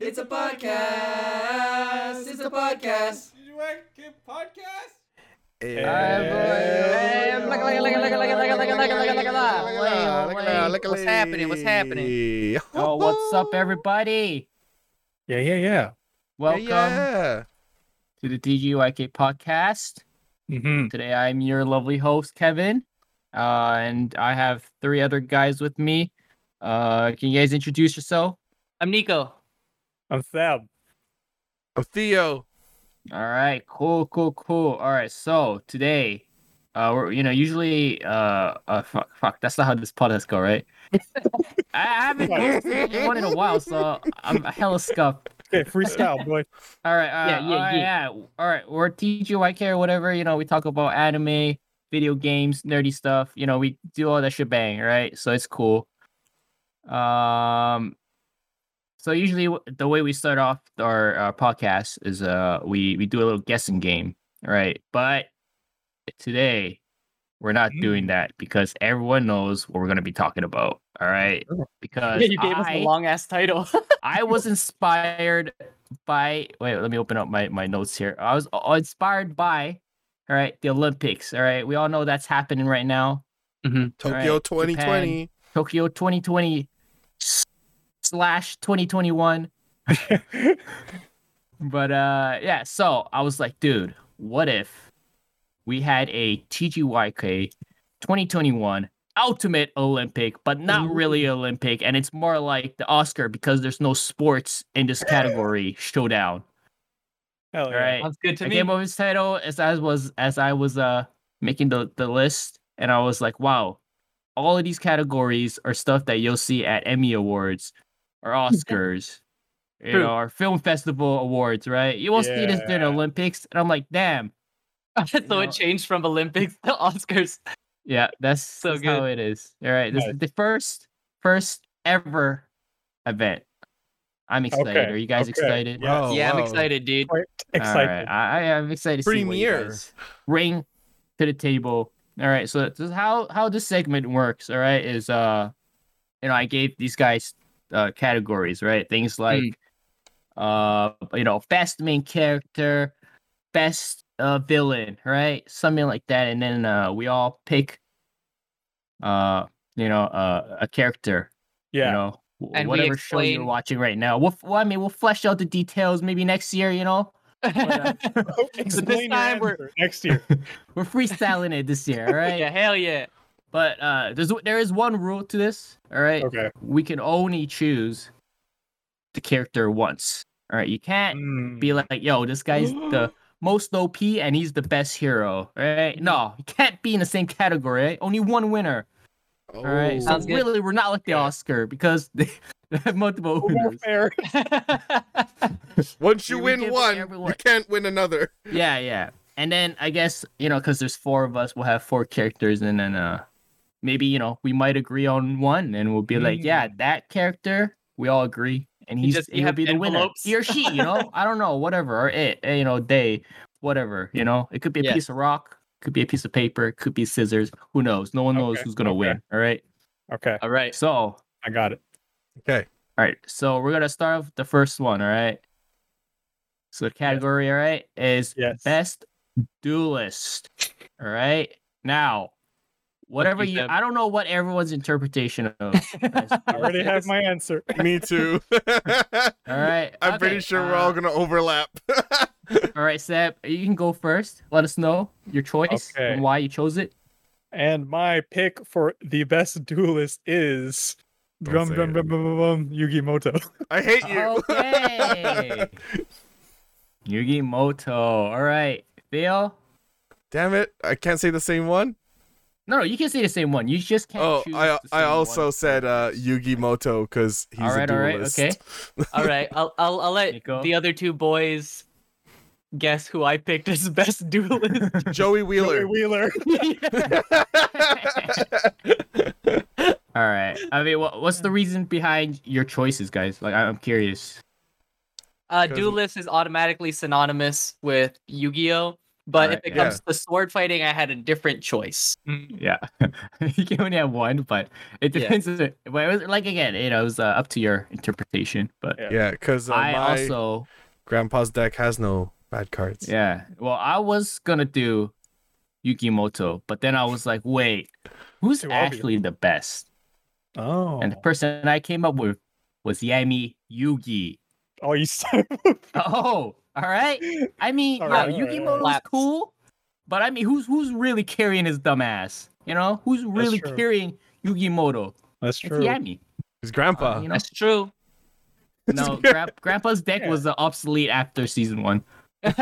It's a podcast. It's a podcast. podcast? What's happening? What's happening? Oh, what's up, everybody? Yeah, yeah, yeah. Welcome Yeah. to the DGYK podcast. Mm-hmm. Today, I'm your lovely host, Kevin, uh, and I have three other guys with me. Uh, can you guys introduce yourself? I'm Nico. I'm Thab. Oh, Theo. All right, cool, cool, cool. All right, so today, uh, we're, you know, usually, uh, uh, fuck, fuck, that's not how this podcast go, right? I I haven't done one in a while, so I'm hella scuffed. Okay, freestyle, boy. All right, all right, Yeah, yeah, all right, yeah. All right, or TGYK or whatever. You know, we talk about anime, video games, nerdy stuff. You know, we do all that shebang, right? So it's cool. Um, so usually w- the way we start off our, our podcast is uh we we do a little guessing game, right? But today we're not Mm. doing that because everyone knows what we're gonna be talking about. All right, because Yeah, you gave us I- a long ass title. I was inspired by wait, let me open up my, my notes here. I was uh, inspired by all right, the Olympics. All right. We all know that's happening right now. Tokyo Alright, 2020. Tokyo 2020 s- slash 2021. But uh yeah, so I was like, dude, what if we had a TGYK 2021 Ultimate Olympic, but not really Olympic, and it's more like the Oscar because there's no sports in this category showdown. Hell All Oh, yeah. right. Sounds good to I me. came up with this title as I was as I was uh making the, the list and I was like, wow, all of these categories are stuff that you'll see at Emmy Awards or Oscars, you True. know, or film festival awards, right? You won't see this during the Yeah. Olympics. And I'm like, damn, so know. it changed from Olympics to Oscars. yeah, that's So that's how it is. All right. This is Nice. the first first ever event. I'm excited. Okay, Are you guys okay. excited? Yeah. Oh, yeah, I'm wow. excited, dude. Quite All excited. right. I, I am excited to see what you Premiere. guys bring to the table. All right. So this is how how this segment works. All right, is uh, you know, I gave these guys uh categories, right? Things Hmm. like uh, you know, best main character, best uh villain, right? Something like that, and then uh, we all pick uh, you know, uh, a character Yeah. you know w- And we whatever show you're explain- watching right now we'll, f- well i mean we'll flesh out the details maybe next year you know But, uh, Explain your time we're- answer next year. we're freestyling it this year all right yeah, hell yeah. but uh there's there is one rule to this all right Okay. we can only choose the character once all right you can't Mm. be like yo this guy's the most op and he's the best hero right no you can't be in the same category right? only one winner Oh. all right so Sounds good. really we're not like the Okay. oscar because they have multiple More winners fair. Once you We win give one, everyone- you can't win another. Yeah, yeah. And then I guess, you know, because there's four of us, we'll have four characters, and then uh maybe, you know, we might agree on one and we'll be like, yeah, that character, we all agree. And Mm. You he's just- you he'll have be the winner. envelopes. He or she, you know, I don't know, whatever, or it, eh, you know, they, whatever, you know. It could be a Yeah. piece of rock, could be a piece of paper, could be scissors. Who knows? No one knows Okay, who's gonna okay. win. All right. Okay. All right. So I got it. Okay. all right, so we're gonna start off with the first one, all right? So the category, all right, is Yes. best duelist. All right. Now, whatever you, you Seb. I don't know what everyone's interpretation of. best I already duelist have is. my answer. Me too. All right. I'm pretty okay, sure we're all uh, gonna overlap. All right, Seb, you can go first. Let us know your choice Okay. and why you chose it. And my pick for the best duelist is Don't drum say drum it. drum drum drum Yugimoto. I hate you. oh. Okay. Yugi Moto. All right. Theo. Damn it! I can't say the same one. No, no, you can say the same one. You just can't. Oh, choose I the I same also one. said uh, Yugi Moto because he's all right, a all right, duelist. okay. All right. I'll I'll, I'll let Nico. the other two boys guess who I picked as best duelist. Joey Wheeler. Joey Wheeler. All right. I mean, what, what's the reason behind your choices, guys? Like, I- I'm curious. Uh, Because- Duelist is automatically synonymous with Yu-Gi-Oh, But Alright, if it yeah. comes to sword fighting, I had a different choice. Yeah, you can only have one, but it Yeah. depends. on it- Well, it was like again, you know, it was uh, up to your interpretation. But Yeah. Yeah, because uh, I my also, grandpa's deck has no bad cards. yeah, well, I was gonna do Yukimoto, but then I was like, wait, who's Too obvious. actually the best? Oh. And the person I came up with was Yami Yugi. oh, you said Oh, all right. I mean, All yeah, right, all right, all Yukimoto's right. Laps. cool, but I mean, who's who's really carrying his dumb ass? You know, who's really true. carrying Yukimoto? That's It's true. Yami. His grandpa. Uh, you know? That's true. No, gra- Grandpa's deck was uh, obsolete after season one. But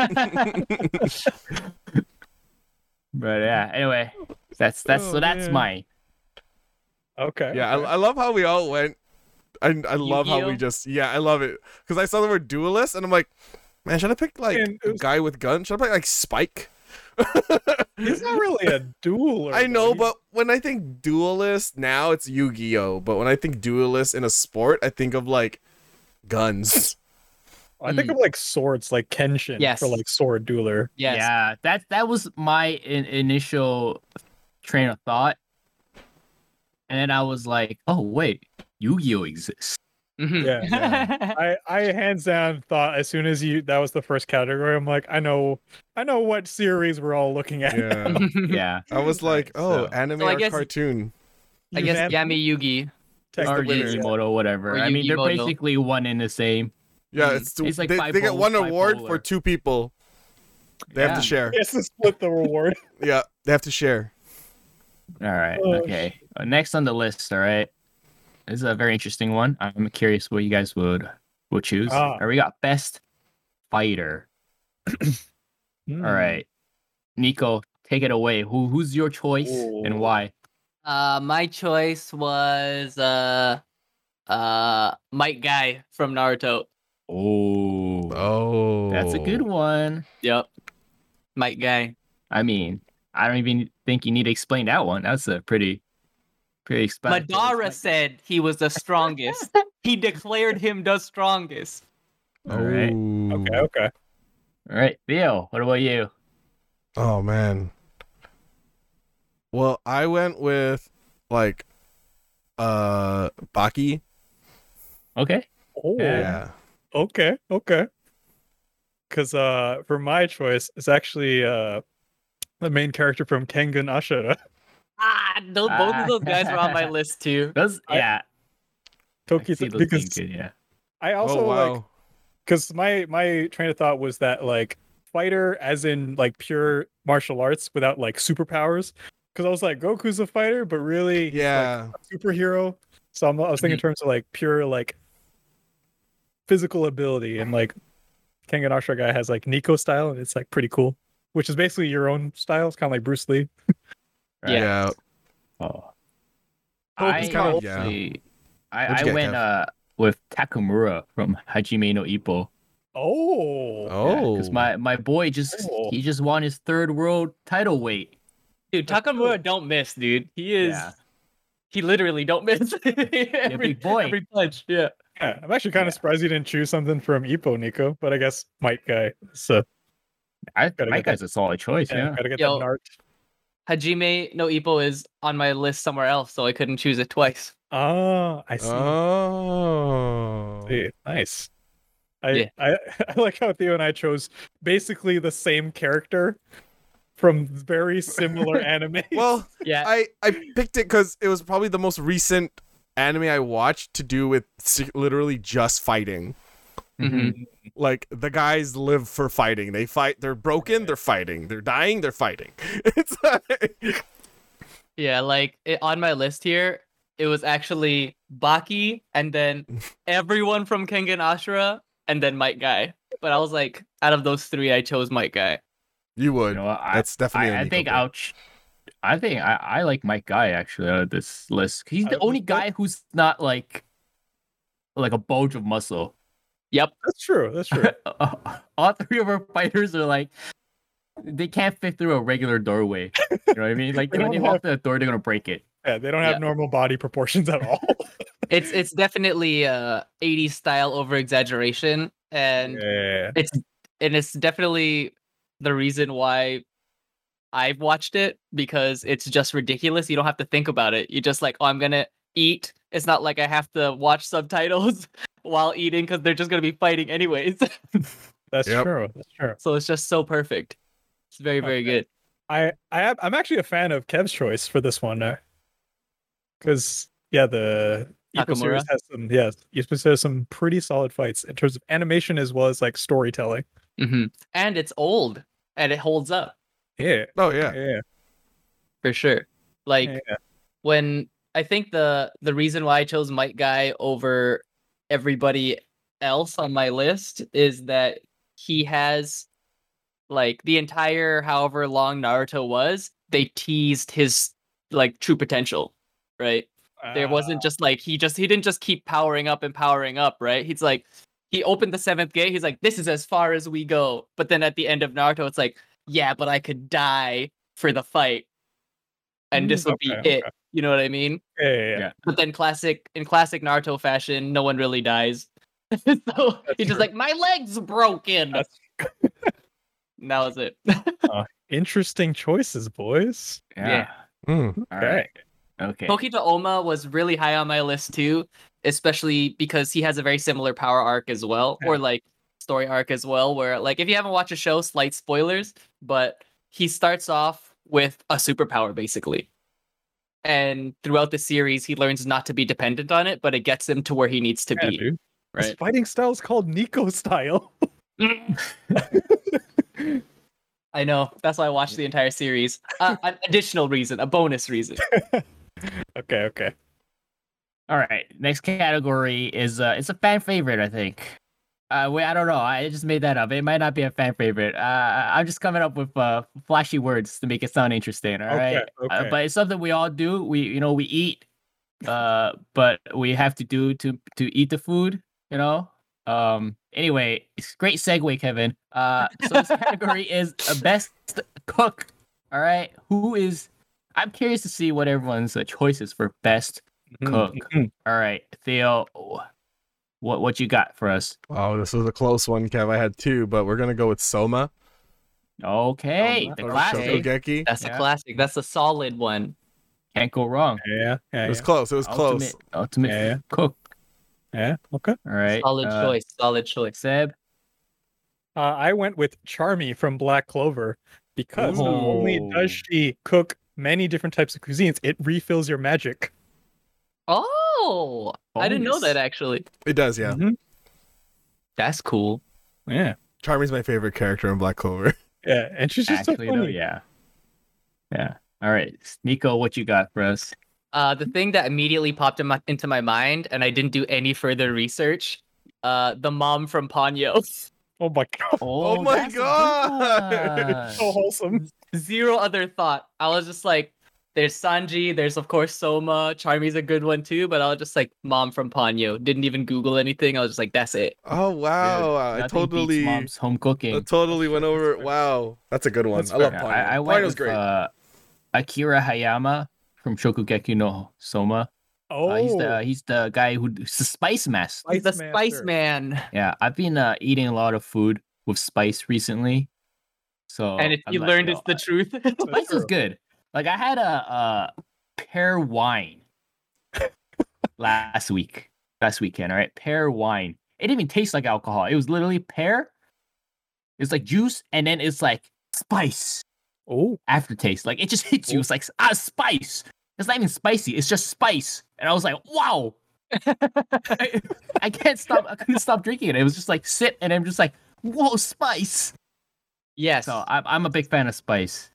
yeah, anyway, that's that's Oh, so that's man. my Okay. yeah, I, okay. I love how we all went. I, I love how we Yu-Gi-Oh? just yeah, I love it because I saw the word duelist and I'm like, man, should I pick like And it a was- guy with gun? Should I pick like Spike? He's not really a dueler. I though. know, He- but when I think duelist now, it's Yu-Gi-Oh. But when I think duelist in a sport, I think of like guns. I Hmm. think of like swords, like Kenshin Yes. for like sword dueler. Yes. yeah. That that was my in- initial train of thought, and then I was like, oh wait, Yu-Gi-Oh exists. Mhm. Yeah. I, I hands down thought as soon as you that was the first category, I'm like, I know I know what series we're all looking at. Yeah, yeah, I was like, oh, so- anime So I or guess- cartoon? I guess Yami Yugi. or the winner. Yukimoto, whatever. Or I mean, they're Yu-Gi-Moto. basically one and the same. Yeah, Mm. it's, two, It's like they, they get bipo- one award for bipolar. two people. They have Yeah. to share. Yes, to split the reward. Yeah, they have to share. All right, Oh, okay. Uh, next on the list, all right. This is a very interesting one. I'm curious what you guys would would choose. Ah. All right, we got best fighter. Hmm. All right, Nico, take it away. Who who's your choice and Ooh. why? Uh, my choice was uh, uh, Mike Guy from Naruto. Oh, Oh, that's a good one. Yep. Mike Guy. I mean, I don't even think you need to explain that one. That's a pretty, pretty expensive. Madara said he was the strongest. he declared him the strongest. All right, Okay, okay. all right, Theo. What about you? Oh man. Well, I went with like uh Baki. Okay. Oh Yeah. okay, okay. Cause uh for my choice, it's actually uh the main character from Tengen Ashura, Ah, no, both of those guys were on my list too. Those, I- yeah, I see Tokita, those because being good, yeah. I also oh wow. like because my my train of thought was that like fighter as in like pure martial arts without like superpowers because i was like goku's a fighter but really he's, like, yeah. a superhero so I'm, i was thinking in terms of like pure like physical ability and like kengan ashura guy has like nico style and it's like pretty cool which is basically your own style it's kind of like bruce lee Right. Yeah. Oh. Hope I it's kind kind of- of, yeah. What'd I, I you get, went Kev? uh with Takamura from Hajime no Ippo. oh Oh. because my my boy just Oh. he just won his third world title weight. Dude, Takamura don't miss, dude. He is. Yeah. He literally don't miss every, big boy. every punch. Yeah. yeah i'm actually kind Yeah. of surprised you didn't choose something from ipo nico but i guess mike guy so I Gotta my get that- guy's a solid choice. yeah, Yeah. gotta get Yo. that nart Hajime no Ippo is on my list somewhere else, so I couldn't choose it twice. ah i see Oh. Hey, nice. I, Yeah. I I like how Theo and I chose basically the same character from very similar anime. Well, Yeah. I I picked it cuz it was probably the most recent anime I watched to do with si- literally just fighting. Mm-hmm. Mhm. Like the guys live for fighting. They fight. They're broken, they're fighting. They're dying, they're fighting. It's like Yeah, like it, on my list here, it was actually Baki and then everyone from Kengan Ashura and then Mike Guy. But I was like, out of those three, I chose Mike Guy. you You would. know, I, That's definitely I, a I Nico think pick. ouch. I think I, I like Mike Guy actually out of this list. He's Out the of this only guy who's not like like a bulge of muscle. Yep. that's true. That's true. All three of our fighters are like they can't fit through a regular doorway. You know what I mean? Like They when don't they walk through the door, they're gonna break it. Yeah, they don't have Yeah. normal body proportions at all. It's it's definitely uh 80s style over exaggeration and yeah. it's and it's definitely the reason why I've watched it because it's just ridiculous. You don't have to think about it. You just like, oh, I'm gonna eat. It's not like I have to watch subtitles while eating because they're just gonna be fighting anyways. That's Yep. true. That's true. so it's just so perfect. It's very very Okay. good. I, I I'm actually a fan of Kev's choice for this one, because yeah, the Eco series Nakamura? has some yes, Eco has some pretty solid fights in terms of animation as well as like storytelling. hmm And it's old and it holds up Yeah, Oh yeah. yeah, for sure. Like yeah. when I think the the reason why I chose Mike Guy over everybody else on my list is that he has like the entire however long Naruto was, they teased his like true potential, right? there wasn't just like he just he didn't just keep powering up and powering up, right? He's like he opened the seventh gate. He's like, this is as far as we go. But then at the end of Naruto, it's like, yeah, but I could die for the fight, and this Mm, would be okay, it. You know what I mean? Yeah, yeah, yeah. But then classic in classic Naruto fashion, no one really dies. so he's true. just like, my leg's broken. That's- And that was it. Interesting choices, boys. Yeah. Mm. All right. Okay. Pokito Oma was really high on my list too, especially because he has a very similar power arc as well, or like story arc as well, where like if you haven't watched a show, slight spoilers, but he starts off with a superpower basically. And throughout the series, he learns not to be dependent on it, but it gets him to where he needs to Yeah, be. dude. This Right. fighting style is called Nico style. I know. That's why I watched the entire series. Uh, an additional reason, a bonus reason. okay, okay. All right. Next category is uh, it's a fan favorite, I think. Uh, wait, I don't know. I just made that up. It might not be a fan favorite. Uh, I- I'm just coming up with uh, flashy words to make it sound interesting. All right. Okay, Uh, okay. but it's something we all do. We, you know, we eat, uh, but we have to do to to eat the food. You know. Um. Anyway, it's great segue, Kevin. Uh. So this category is a best cook. All right. Who is? I'm curious to see what everyone's uh, choices for best Mm-hmm. Cook. Mhm. all right, Theo, what what you got for us? Oh, this was a close one, Kev. I had two, but we're gonna go with Soma Okay, Oh, the or classic Shokugeki. That's Yeah. a classic. That's a solid one. can't go wrong. Yeah, yeah, It was yeah. close. It was close. Ultimate, ultimate Yeah, yeah. cook. yeah. Okay. All right, Solid uh, choice. Solid choice. Seb. Uh, I went with Charmy from Black Clover because not only Ooh. does she cook many different types of cuisines, it refills your magic. Oh, I didn't know that actually. It does, yeah. Mm-hmm. Mhm. That's cool. Yeah, Charmy's my favorite character in Black Clover. yeah. And she's just Actually, so no, funny. yeah, yeah. All right, Nico, what you got for us? Uh, the thing that immediately popped in my, into my mind, and I didn't do any further research. Uh, the mom from Ponyo. Oh my god, Oh my that's a good God. one. so wholesome. Zero other thought. I was just like, there's Sanji. There's of course Soma. Charmy's a good one too, but I was just like, mom from Ponyo. Didn't even Google anything. I was just like, that's it. Oh wow! I Nothing beats totally, I mom's home cooking. totally went over. Wow, that's a good one. That's I love Yeah, Ponyo. I, I Ponyo's went with great. uh, Akira Hayama from Shokugeki no Soma. Oh, Uh, he's the he's the guy who he's the spice master. He's the Spice Spice Master. Man, Yeah, I've been uh, eating a lot of food with spice recently. So and if I'm you like, learned yo, it's the truth. uh, spice is good. Like I had a, uh pear wine last week, last weekend. All right, pear wine. It didn't even taste like alcohol. It was literally pear. It's like juice, and then it's like spice Oh, aftertaste. Like it just hits you. It's like ah, spice. It's not even spicy. It's just spice. And I was like, wow. I, I can't stop. I couldn't stop drinking it. It was just like sip, and I'm just like, whoa, spice. yes. So I'm, I'm a big fan of spice.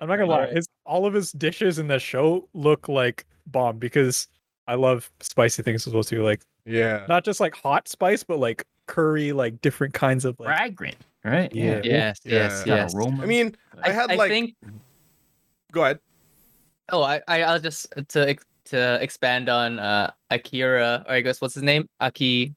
I'm not gonna lie. Alright. His all of his dishes in the show look like bomb because I love spicy things as well too. Like yeah, not just like hot spice, but like curry, like different kinds of like. Fragrant, right? Yeah. yes. Yeah. Yes. Got Yes. aroma. I mean, I had like. think Go ahead. Oh, I, I I'll just to ex- to expand on uh Akira or I guess what's his name? Aki.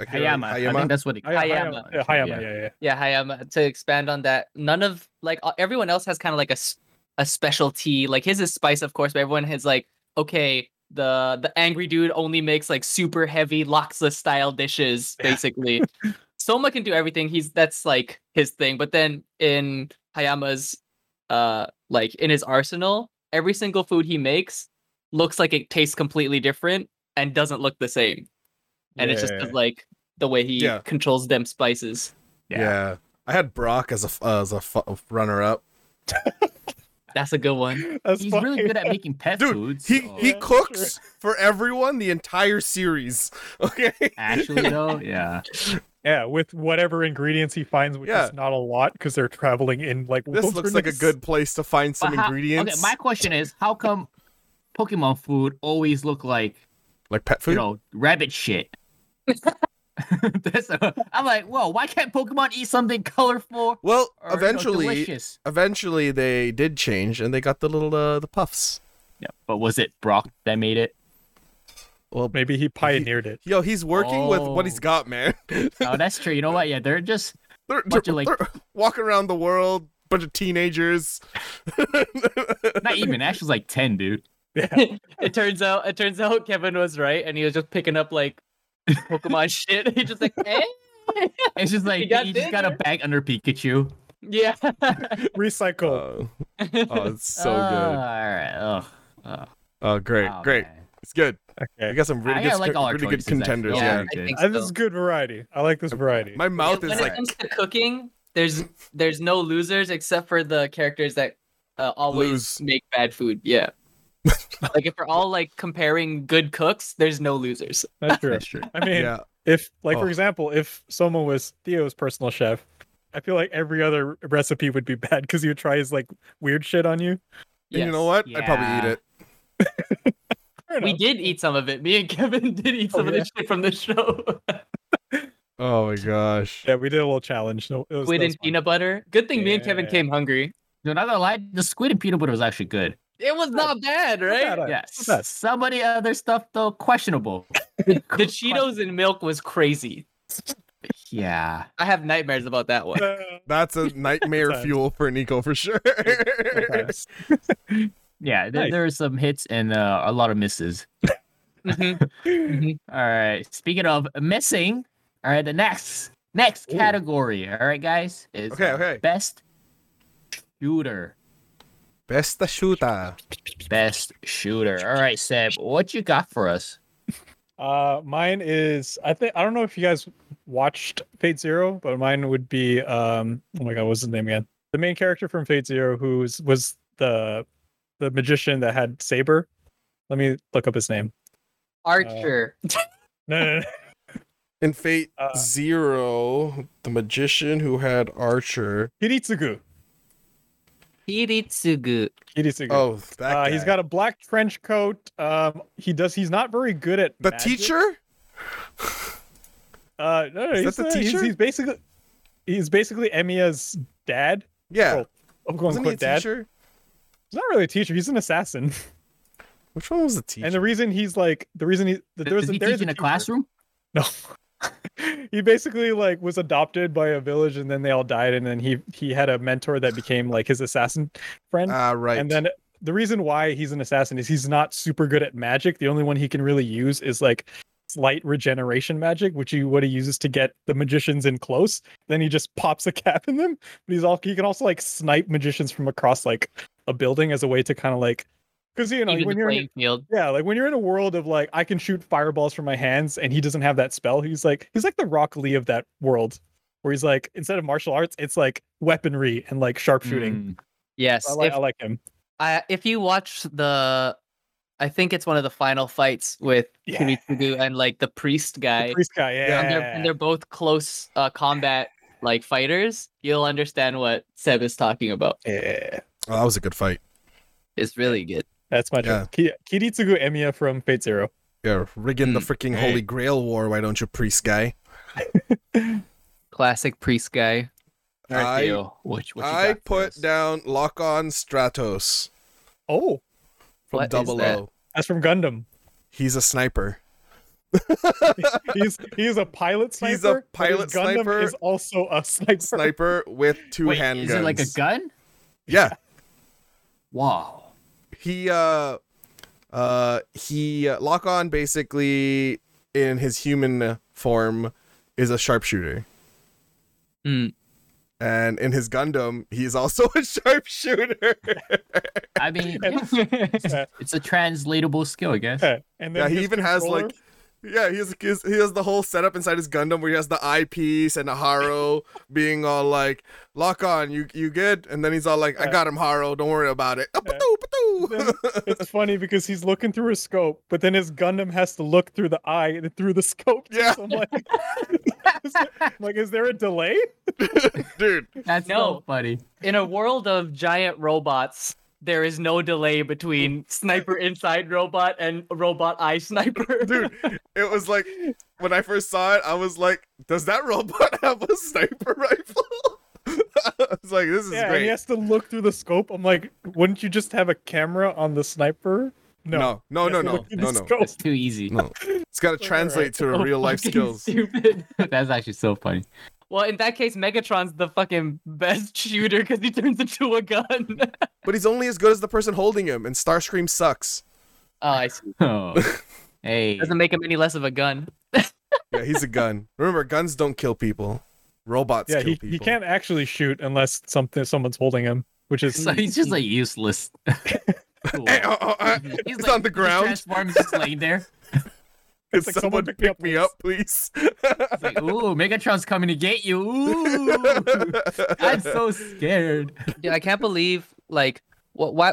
Akira Hayama. I think that's what it. Hi- Hayama. Hayama, yeah, Hayama, yeah, yeah. Yeah, Hayama. To expand on that, none of like uh, everyone else has kind of like a s- a specialty. Like his is spice, of course, but everyone has like okay, the the angry dude only makes like super heavy laksa style dishes, basically. Soma can do everything. He's that's like his thing. But then in Hayama's uh like in his arsenal, every single food he makes looks like it tastes completely different and doesn't look the same. And it's just 'cause, like the way he Yeah. controls them spices. yeah. Yeah. I had Brock as a f- as a f- runner up. That's a good one. That's He's funny. really good at making pet Dude, foods. He so- he Yeah, cooks for everyone the entire series. Okay. actually though, yeah. yeah, with whatever ingredients he finds, which Yeah. is not a lot because they're traveling in like. This looks like a wilderness. good place to find some But how- ingredients. Okay, my question is, how come Pokemon food always look like Like pet food? you know rabbit shit? That's i I'm like, whoa! Why can't Pokemon eat something colorful? well, Or, you know, eventually delicious? eventually they did change and they got the little uh, the puffs. Yeah, but was it Brock that made it? Well, Maybe he pioneered it. yo, he's working with what he's Oh. got, man. they're, Oh, that's true. You know what? Yeah, they're just they're- of, like- they're walking around the world, bunch of teenagers. not even. Ash was like ten, dude. it turns out it turns out Kevin was right and he was just picking up like Pokemon shit. He just like, eh? It's just like He you, got just got a bigger. bag under Pikachu. Yeah. Recycle. Uh, oh, it's so Uh, good. All right. Oh, Oh, great, oh, great. man. It's good. We okay. got some really I good, like all our really good choices, actually. contenders. Those are Yeah. really good. think Uh, this is good variety. I like this variety. My mouth when is it like comes to cooking, there's there's no losers except for the characters that uh, always Lose. make bad food. Yeah. like if we're all like comparing good cooks, there's no losers. That's true. That's true. I mean, yeah. if like Oh. for example, if Soma was Theo's personal chef, I feel like every other recipe would be bad because he would try his like weird shit on you. And you know Yes. what? I'd probably eat Yeah. it. Fair We enough. did eat some of it. Me and Kevin did eat Oh, some yeah. of the shit from the show. Oh my gosh. Yeah, we did a little challenge. No, it was, Squid that and was fun. peanut butter. Good thing me and Kevin Yeah. came hungry. No, not gonna lie, the squid and peanut butter was actually good. It was not bad, bad, right? uh, Yes. not bad. Some of the other stuff though, questionable. The Cheetos and milk was crazy. Yeah. I have nightmares about that one. Uh, That's a nightmare Sometimes. fuel for Nico for sure. sometimes. Yeah, there, Nice. there are some hits and uh, a lot of misses. Mhm. Mhm. All right. Speaking of missing, all right, the next next category, all right, guys, is Okay, uh, okay. best shooter. Besta shooter. Best shooter. All right, Seb, what you got for us? Uh, mine is I think I don't know if you guys watched Fate Zero, but mine would be um oh my god, what's his name again? The main character from Fate Zero who was, was the the magician that had saber. Let me look up his name. Archer. No, no, no. In Fate Uh, Zero, the magician who had Archer. Hiritsugu. Hiritsugu. Hiritsugu. Oh, that uh, guy. he's got a black trench coat. Um, he does. He's not very good at the magic. teacher. Uh, no, no, Is he's, that the uh, he's, teacher? he's basically he's basically Emiya's dad. Yeah, Oh, I'm going wasn't he a quote dad. teacher? He's not really a teacher. He's an assassin. Which one was the teacher? And the reason he's like the reason he that there was Does a, he there teach is in a teacher. classroom? No. he basically like was adopted by a village and then they all died and then he he had a mentor that became like his assassin friend. Ah, right. And then the reason why he's an assassin is he's not super good at magic. The only one he can really use is like slight regeneration magic, which he what he uses to get the magicians in close. Then he just pops a cap in them. But he's all he can also like snipe magicians from across like a building as a way to kind of like because you know Even when the you're in, playing field. yeah, like when you're in a world of like I can shoot fireballs from my hands and he doesn't have that spell, he's like he's like the Rock Lee of that world. Where he's like instead of martial arts, it's like weaponry and like sharpshooting. Mm, Yes. I, like, if, I like him. I, if you watch the, I think it's one of the final fights with Yeah. Hiritsugu and like the priest guy. The priest guy, yeah. And, they're, and they're both close uh, combat like fighters. You'll understand what Seb is talking about. Yeah. oh, that was a good fight. It's really good. That's my Yeah. choice. Ki- Kiritsugu Emiya from Fate Zero. Yeah, rigging the freaking Mm, Hey. Holy Grail war. Why don't you, priest guy? Classic priest guy. all right, I- Theo, what, what you I got for put us? down Lock On Stratos Oh, from What is Double that? O. that's from Gundam. He's a sniper. He's he is a pilot sniper. He's a but his pilot Gundam sniper. Is also a sniper. Sniper with two Wait, handguns. is it like a gun? Yeah. Wow. he uh uh he uh, lock on basically in his human form is a sharpshooter Hmm. Mm. And in his Gundam, he's also a sharpshooter. I mean, yeah, it's a translatable skill, I guess. Yeah, and then yeah, he his even has controller- like, yeah, he has, he has he has the whole setup inside his Gundam where he has the eyepiece and the Haro being all like, "Lock on, you you good?" And then he's all like, "I Yeah. got him, Haro. Don't worry about it." Apatoo, Then apatoo. it's funny because he's looking through his scope, but then his Gundam has to look through the eye and through the scope. too, Yeah. so I'm like, I'm like, is there a delay? Dude, That's No. so funny. In a world of giant robots, there is no delay between sniper inside robot and robot eye sniper. dude, it was like when I first saw it, I was like, "Does that robot have a sniper rifle?" I was like, "This is yeah, and great." he has to look through the scope. I'm like, wouldn't you just have a camera on the sniper? no, no, He Oh, no, has to no, look through no, the no. scope. That's too easy. No. It's got to translate to So real life fucking skills. Stupid. That's actually so funny. Well, in that case, Megatron's the fucking best shooter because he turns into a gun. oh, But he's only as good as the person holding him, and Starscream sucks. I see. Oh. Hey. Doesn't make him any less of a gun. Yeah, he's a gun. Remember, guns don't kill people. Robots Yeah, kill he, people. he can't actually shoot unless something someone's holding him, which is So he's just like useless. Cool. Eh, oh, oh, eh, He's it's like- on the he ground. Transforms just laying there. Can It's like, someone someone pick, pick me up, me up, please? It's like, ooh, Megatron's coming to get you. Ooh. I'm so scared. Dude, I can't believe like what? Why?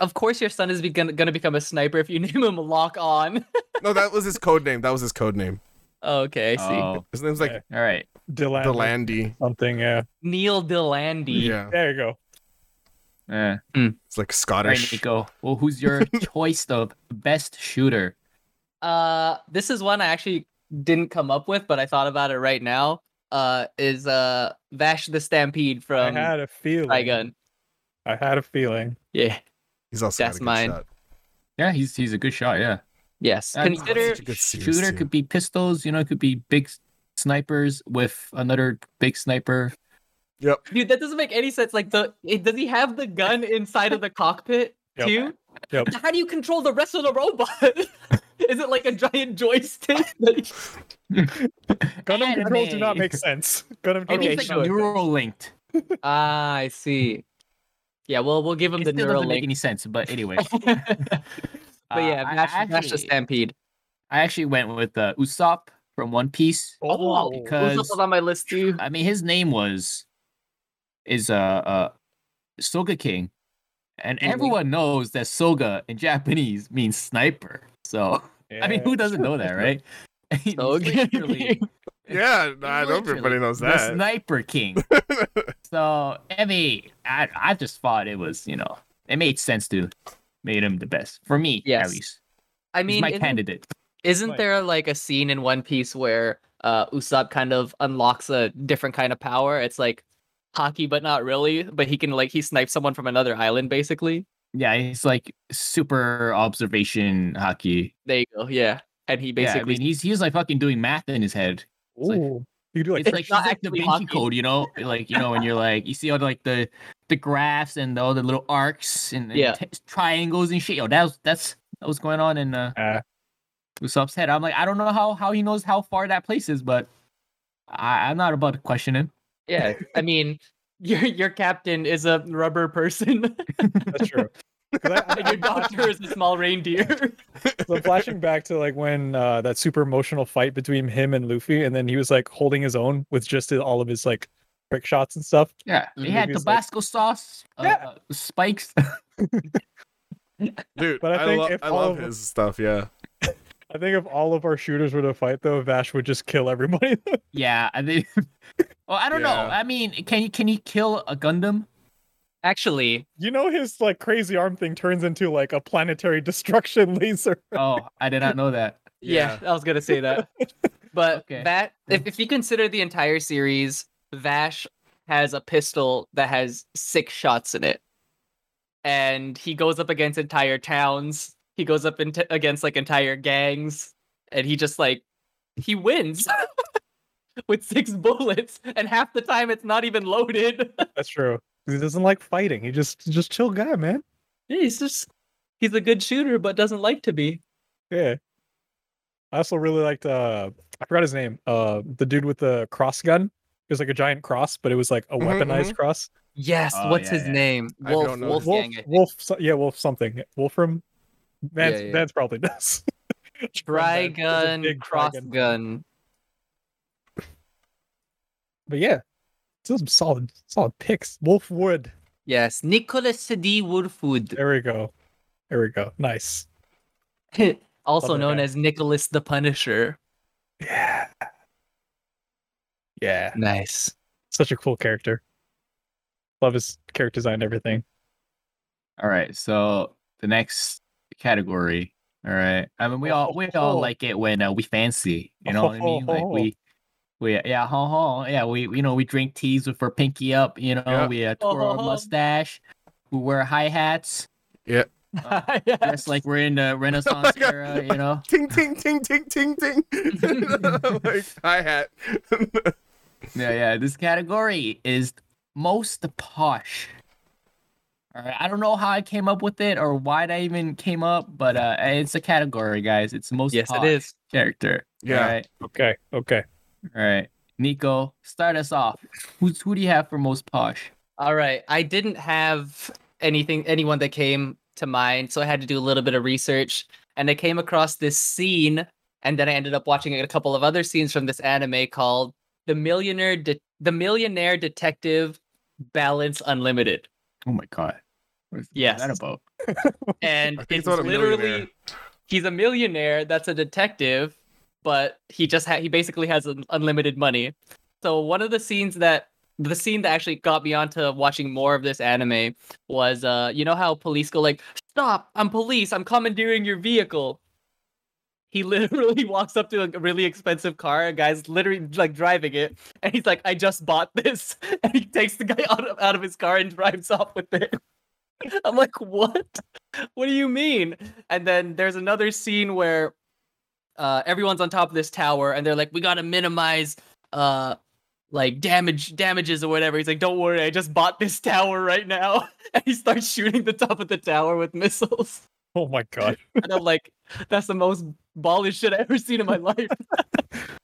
Of course, your son is be- gonna, gonna become a sniper if you name him Lock On. no, that was his code name. That was his code name. okay, I see. Oh, His name's like Yeah. all right. Delan Delandi. something. Yeah, Neil Delandy. Yeah, there you go. Yeah. it's like All Uh, right, Scottish. Nico. Well, who's your choice of best shooter? Uh, this is one I actually didn't come up with, but I thought about it right now. Uh, is uh Vash the Stampede I Um, from had a feeling. Trigun? I had a feeling. Yeah. He's also got That's a good mine. shot. Yeah, he's he's a good shot. Yeah. Yes. And- Consider Such a good series, shooter too. could be pistols. You know, it could be big s- snipers with another big sniper. Yep. Dude, that doesn't make any sense. Like the it, does he have the gun inside of the cockpit Yep. too? Yep. How do you control the rest of the robot? Is it like a giant joystick? that he- Gundam controls do not Anime. make sense. Gundam Maybe controls. it's it's like sure. neural linked. ah, I see. Yeah, well, we'll give him It the still neural doesn't make link. any sense, but anyway. but Uh, yeah, I Vash, Vash the actually- Stampede. I actually went with uh, Usopp from One Piece. Oh, Who's because on my list too? I mean, his name was is uh uh Soga King, and Mhm. everyone knows that Soga in Japanese means sniper. So I mean, who doesn't know that, right? He's Soga literally King. Yeah, I know Literally, everybody knows the that. sniper king. so I mean, I I just thought it was you know it made sense to made him the best for me Yes. at least. I He's mean, my isn't- candidate. Isn't Right. there like a scene in One Piece where uh Usopp kind of unlocks a different kind of power? It's like hockey, but not really. But he can like he snipes someone from another island, basically. Yeah, he's like super observation hockey. There you go. Yeah, and he Basically, basically. I mean, he's he's like fucking doing math in his head. like- Ooh. You do like it's like, It's not she's like the actually Vinci hockey. Code, you know, like you know when you're like you see all the, like the the graphs and all the little arcs and, and Yeah. t- triangles and shit. Yo, that was that's that was going on in uh, Ah. Usopp's head. I'm like, I don't know how how he knows how far that place is, but I, I'm not about to question him. yeah, I mean, your your captain is a rubber person, That's true. 'Cause I, and your doctor is a small reindeer. so flashing back to like when uh, that super emotional fight between him and Luffy, and then he was like holding his own with just his- all of his like trick shots and stuff. Yeah, Mhm. he had Maybe it's like- Tabasco sauce, uh, Yeah. uh, spikes. Dude, But I I, think lo- if I all love of- his stuff. Yeah. I think if all of our shooters were to fight, though, Vash would just kill everybody. yeah, I mean, well, I don't know. Yeah. I mean, can you can you kill a Gundam? Actually, you know, his like crazy arm thing turns into like a planetary destruction laser. Oh, I did not know that. Yeah, I was gonna say that. But Okay. that if, if you consider the entire series, Vash has a pistol that has six shots in it. And he goes up against entire towns. He goes up into against like entire gangs and he just like he wins with six bullets and half the time it's not even loaded. That's true. 'Cause He doesn't like fighting. He just just chill guy, man. Yeah, he's just he's a good shooter but doesn't like to be. Yeah. I also really liked uh I forgot his name. Uh the dude with the cross gun. was like a giant cross, but it was like a Mm-hmm, Mhm, weaponized cross. Yes, Oh, what's yeah, his yeah. name? I Wolf don't know. Wolf, Wolf, Wolf, so- yeah, Wolf something. Wolfram. That's Yeah, yeah. that's probably this. Trigun big Cross trigun. Gun. But yeah, still some solid, solid picks. Wolfwood. Yes, Nicholas D. Woodfood. There we go. There we go. Nice. also Love that known guy. as Nicholas the Punisher. Yeah. Yeah. Nice. Such a cool character. Love his character design and everything. All right, so the next category. All right, I mean we all we Oh. all like it when uh, we fancy, you know what I mean? Like we, we yeah, ho ho, yeah, we you know we drink teas with our pinky up, you know, Yeah. we uh, twirl our Oh. mustache, we wear hi hats, dress like we're in Oh the Renaissance God. era, you know. Ting ting ting ting ting ting. like hi hat. Yeah, yeah. This category is most posh. All right. I don't know how I came up with it or why I even came up, but uh, it's a category, guys. It's most Yes, posh it is. character. Yeah. All right. Okay. Okay. All right. Nico, start us off. Who's who do you have for most posh? All right. I didn't have anything, anyone that came to mind, so I had to do a little bit of research. And I came across this scene, and then I ended up watching a couple of other scenes from this anime called "The Millionaire, De- The Millionaire Detective Balance Unlimited." Oh my god. What is Yes. that about? and I think it's it's about a millionaire. literally he's a millionaire that's a detective but he just ha- he basically has un- unlimited money so one of the scenes that the scene that actually got me onto watching more of this anime was uh you know how police go like stop i'm police i'm commandeering your vehicle he literally walks up to a really expensive car a guy's literally like driving it and he's like i just bought this and he takes the guy out of, out of his car and drives off with it i'm like what what do you mean? And then there's another scene where uh, everyone's on top of this tower and they're like, we gotta minimize uh, like damage damages or whatever. He's like, don't worry, I just bought this tower right now. And he starts shooting the top of the tower with missiles. Oh my god. And I'm like, that's the most ballish shit I ever seen in my life.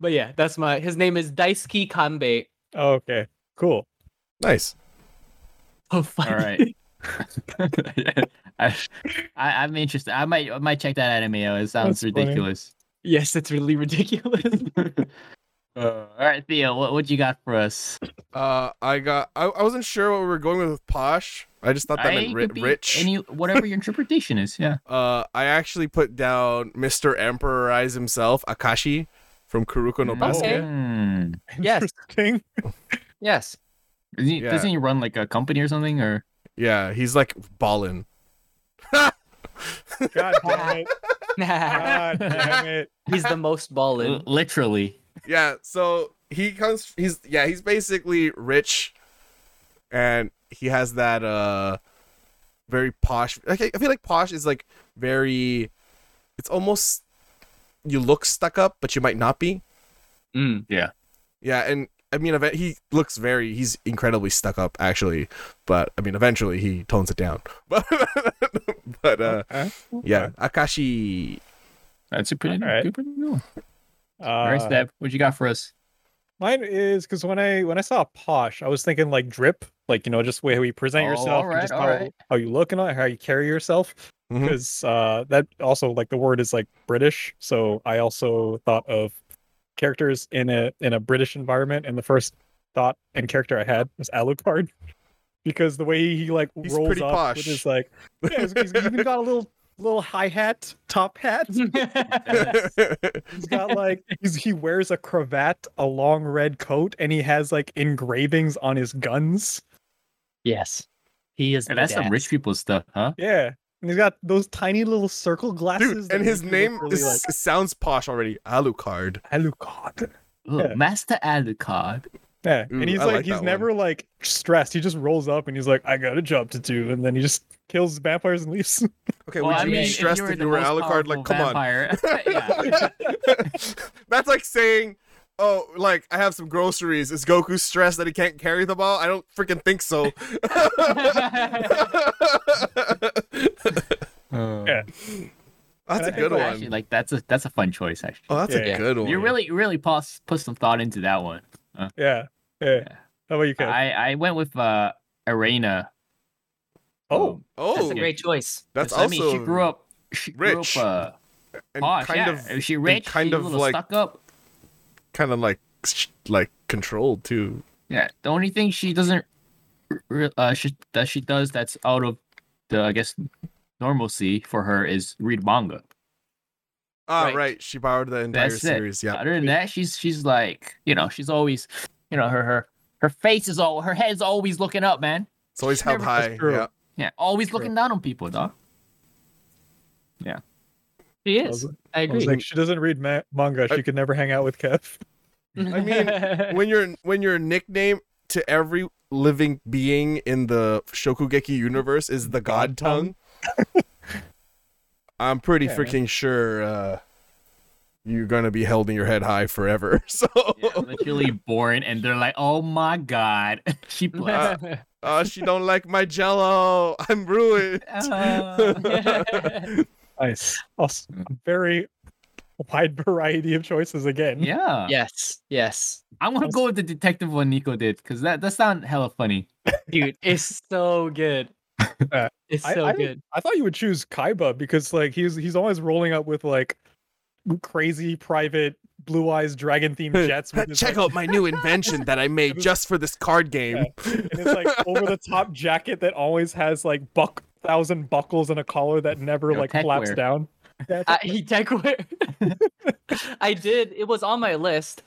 but yeah, that's my his name is Daisuke Kanbei. Okay. Cool. Nice. Oh, funny. All right. I, I am interested. I might I might check that anime out. It sounds That's funny. ridiculous. Yes, it's really ridiculous. Uh, all right, Theo, what what you got for us? Uh, I got. I, I wasn't sure what we were going with, with posh. I just thought that I meant ri- could be rich. Any whatever your interpretation is, yeah. uh, I actually put down Mr. Emperorize himself, Akashi, from Kuruko no Basuke. Okay. Hmm. Yes. Interesting. yes. Is he- Yeah. Doesn't he run like a company or something? Or Yeah, he's like ballin. God damn it. God damn it. He's the most ballin. L- literally. Yeah, so he comes. He's yeah, he's basically rich, and he has that uh, very posh. Like, I feel like posh is like very. It's almost you look stuck up, but you might not be. Mm. Yeah, and I mean, event he looks very he's incredibly stuck up actually, but I mean, eventually he tones it down. But but uh, Okay. yeah, Akashi. That's a pretty, All right. good- pretty good one. All right, Uh, Steph, what you got for us? Mine is because when I when I saw posh, I was thinking like drip, like you know, just way how you present Oh, yourself, and alright, just how, alright. how you look and all- how you carry yourself. Mhm. Because uh, that also like the word is like British, so I also thought of characters in a in a British environment, and the first thought and character I had was Alucard, because the way he like He's rolls pretty up with posh. his like, yeah, he's, he's even got a little little hi hat, top hat. He's got like he's, he wears a cravat, a long red coat, and he has like engravings on his guns. Yes. He is. Yeah, that's some rich people stuff, huh? Yeah, and he's got those tiny little circle glasses. Dude, that and make his you look name really is, it sounds posh already. Alucard. like Alucard. Ooh, Yeah. Master Alucard. Yeah, Ooh, and he's I like, like he's that never like stressed. He just rolls up and he's like, I got a job to do, and then he just kills vampires and leaves. Okay, Well, would I you mean, be if stressed were if the you were most Alucard? Like, powerful come on. vampire. yeah. That's like saying, oh, like I have some groceries. Is Goku stressed that he can't carry them all? I don't freaking think so. Yeah. That's a And I think good we're one. Actually, like that's a that's a fun choice. Actually, Oh, that's Yeah. a good one. you really really pos- put some thought into that one. Yeah. Yeah. um, Yeah. How about you, Kev? I I went with uh Arena. oh, Oh, a that's, great choice. Because, also I mean, she grew up. She rich. grew up. Uh, and posh, kind yeah. of she and rich. kind she a of little like stuck up. kind of like sh- like controlled too. Yeah. The only thing she doesn't re- uh she, that she does that's out of the I guess normalcy for her is read manga. Ah, Right. right. She borrowed the entire That's it. series. Yeah. Other than that, she's she's like you know she's always you know her her her face is all her head's always looking up, man. It's always held Never- high. That's true. Yeah. Yeah, always True. looking down on people, dog. She I was- is. I I was agree. like, she doesn't read ma- manga. She I- could never hang out with Kev. I mean, When you're when your nickname to every living being in the Shokugeki universe is the God Tongue, I'm pretty Yeah. freaking sure uh, you're gonna be held in your head high forever. So Yeah, literally born, and they're like, "Oh my god, she blessed." uh, she don't like my Jello. I'm ruined. Nice. Awesome. Very wide variety of choices again. yeah, yes, yes, I'm gonna go with the detective one Nico did because that that sound hella funny. dude, it's so good. Uh, It's I- so I- good. I thought you would choose Kaiba because like he's he's always rolling up with like crazy private blue eyes dragon themed jets with his, Check like, out my new invention that I made just for this card game. and it's like over the top jacket that always has like buck thousand buckles and a collar that never Yo, like tech flaps wear. down. Yeah, I, Uh, he tech wear. I did. It was on my list.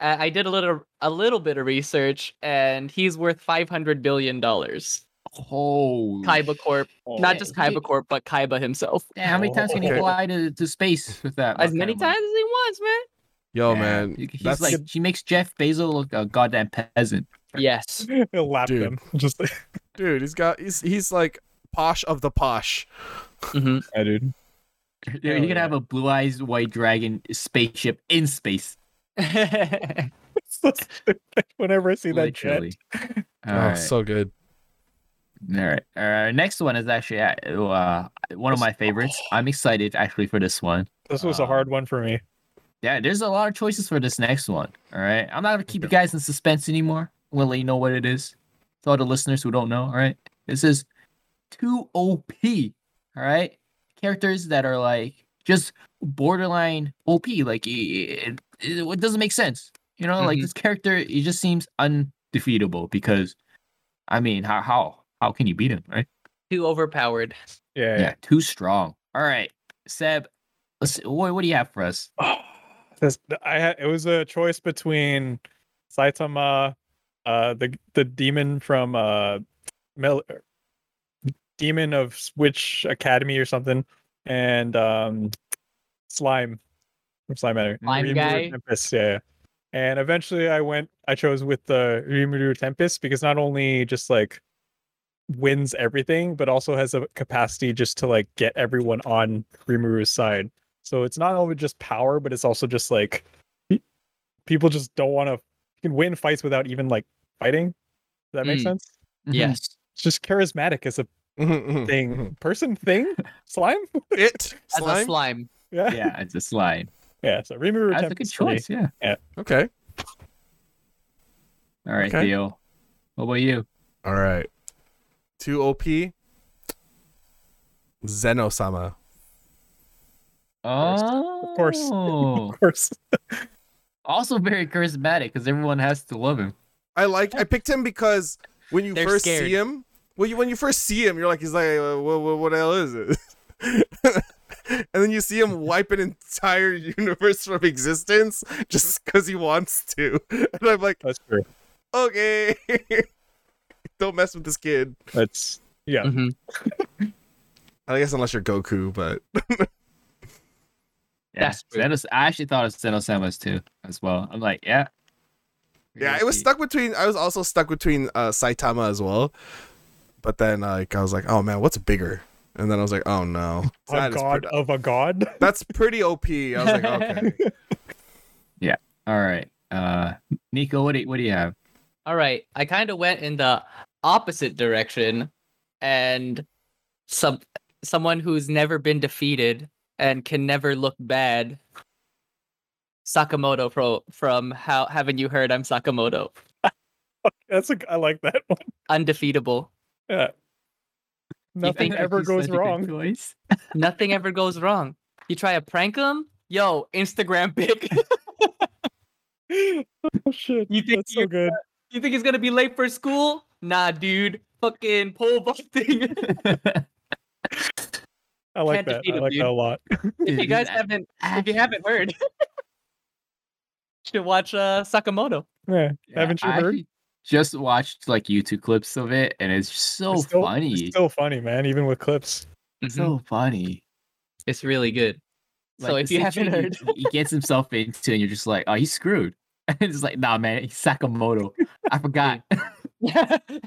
Uh, I, I did a little, a little bit of research, and he's worth five hundred billion dollars. Holy Kaiba Corp, not shit. just Kaiba Corp, but Kaiba himself. Yeah, how many times can you Okay. fly to, to space with that? As kind many of money? times as he wants, man. Yo, Yeah, Oh, man, he- he's that's like she makes Jeff Bezos look a goddamn peasant. Yes. He'll lap Dude. them. Just like, dude. He's got he's he's like posh of the posh. Mhm. yeah, dude. Dude, Hell you could yeah. have a blue-eyed white dragon spaceship in space, It's so stupid. Whenever I see that jet, literally. All right. Oh, so good. All right. All right. Next one is actually uh, uh, one of my favorites. I'm excited actually for this one. this was a Um, hard one for me. Yeah, there's a lot of choices for this next one. All right. I'm not going to keep you guys in suspense anymore. I'm going to let you know what it is. To all the listeners who don't know. All right. This is 2OP. All right. Characters that are like just borderline OP. Like it, it, it doesn't make sense. You know, like Mhm. this character, he just seems undefeatable because, I mean, how, how, how can you beat him? Right. Too overpowered. Yeah. Yeah, too strong. All right, Seb, let's, what, what do you have for us? This, I had, it was a choice between Saitama, uh, the the demon from uh, Mel, er, demon of Switch Academy or something, and um, slime from Slime Matter. Slime Rimuru guy? Tempest, yeah. yeah. And eventually, I went. I chose with the Rimuru Tempest because not only just like wins everything, but also has a capacity just to like get everyone on Rimuru's side. So it's not only just power, but it's also just like pe- people just don't want to. You can win fights without even like fighting. Does that make Mm. sense? Mm-hmm. Yes. It's just charismatic as a thing, person, thing, slime. It As a slime. slime. Yeah, yeah. yeah, it's a slide. so Rimuru That's a Tempest for good me. choice. Yeah. Okay. All right, Okay. Theo. What about you? All right. Two OP. Zeno sama. Oh, Of course. Of course, also very charismatic because everyone has to love him. I like. I picked him because when you They're first scared. see him, when you when you first see him, you're like, he's like, uh, what, what, what the hell is it? and then you see him wipe an entire universe from existence just because he wants to. And I'm like, that's true. okay, don't mess with this kid. That's yeah. Mhm. I guess unless you're Goku, but Yeah. That's true. Zenos- I actually thought of Zenosamas too, as well. I'm like, yeah. yeah, it was stuck between. I was also stuck between uh, Saitama as well, but then like I was like, oh man, what's bigger? And then I was like, oh no, A That is god pretty- of a god. that's pretty OP. I was like, okay. All right. Uh, Nico, what do you, what do you have? All right. I kind of went in the opposite direction and some someone who's never been defeated and can never look bad. Sakamoto pro, from How Haven't You Heard I'm Sakamoto. That's a I like that one. Undefeatable. Yeah. You think Nothing ever He's goes such a good wrong. choice. Nothing ever goes wrong. You try to prank him, yo, Instagram pic. Oh shit. You think That's so you- good. you think he's gonna be late for school? Nah, dude. Fucking pole vaulting. I like Can't that. defeat I him, like dude. that a lot. if you Dude, guys he's haven't, if you haven't heard, you should watch uh, Sakamoto. Yeah. Yeah, Haven't you I heard? actually Just watched like YouTube clips of it, and it's so It's still- funny. It's still funny, man, even with clips. so funny. Mm-hmm. It's really good. So Like, if the you haven't situation heard, he, he gets himself into, and you're just like, oh, he's screwed. And it's like, nah, man, he's Sakamoto. I forgot.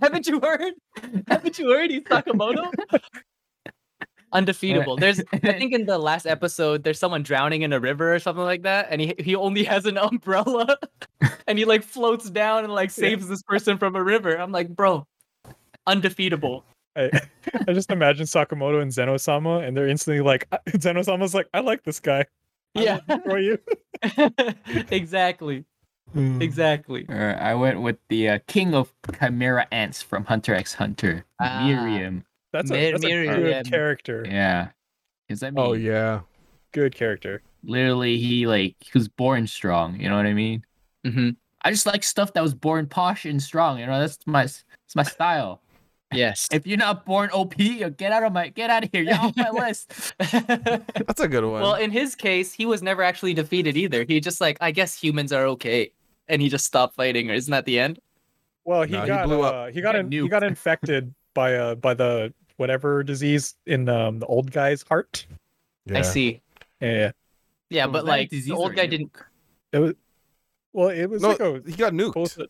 haven't you heard? Haven't you heard? He's Sakamoto. Undefeatable. There's, I think, in the last episode, there's someone drowning in a river or something like that, and he he only has an umbrella, and he like floats down and like Yeah. saves this person from a river. I'm like, bro, undefeatable. I, I just imagine Sakamoto and Zeno-sama, and they're instantly like, Zeno-sama's like, I like this guy. I Yeah, will destroy you. exactly, Mm. exactly. All right, I went with the uh, king of chimera ants from Hunter x Hunter, Ah. Miriam. That's Mir- a, that's a Miriam. good character. Yeah, because I mean, Oh yeah. Good character. literally, he like he was born strong. You know what I mean? Mm-hmm. I just like stuff that was born posh and strong. You know, that's my that's my style. Yes. If you're not born OP, you get out of my get out of here. You're off my list. That's a good one. Well, in his case, he was never actually defeated either. He just like, I guess humans are okay, and he just stopped fighting. Or isn't that the end? Well, he Nah, he got blew uh, up. he got got in, he nuked. got infected by uh by the whatever disease in um, the old guy's heart. I Yeah. see. Yeah, yeah. Yeah, Was but that a like the disease or old a guy nuke? didn't. It was well, it was No, like a he got nuked. close. It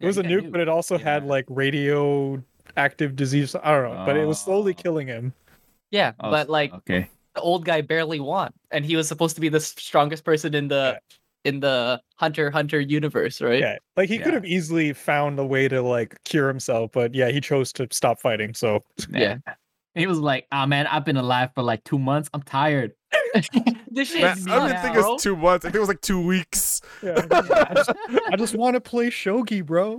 Yeah, was he a got nuke, but it also had Yeah. like radio active disease. I don't know, but it was slowly Oh. killing him. Yeah, Oh, but like okay, the old guy barely won, and he was supposed to be the s- strongest person in the in the Hunter x Hunter universe, right? Yeah, like he could Yeah. have easily found a way to like cure himself, but yeah, he chose to stop fighting. So man. He was like, ah man, I've been alive for like two months. I'm tired. This shit Man, is I don't nuts, think bro. it's two months. I think it was like two weeks. yeah, I just, want to play shogi, bro.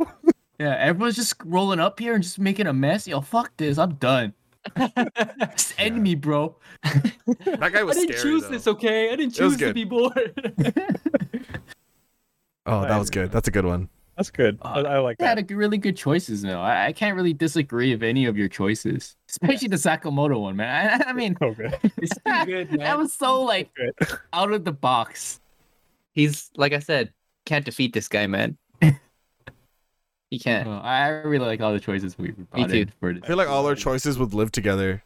Yeah, everyone's just rolling up here and just making a mess. Yo, fuck this. I'm done. just end me, bro. That guy I was didn't scary, choose though. this, okay? I didn't It was choose to good. be bored. Oh, that was good. That's a good one. That's good. I, I like You that. Uh, had a really good choices, though. I, I can't really disagree with any of your choices, especially the Sakamoto one, man. I, I mean, So Oh, good. it's too good, that man. was so like Good. out of the box. He's like I said, can't defeat this guy, man. he can't. Well, I really like all the choices we brought too. in for I this. feel like all our choices would live together.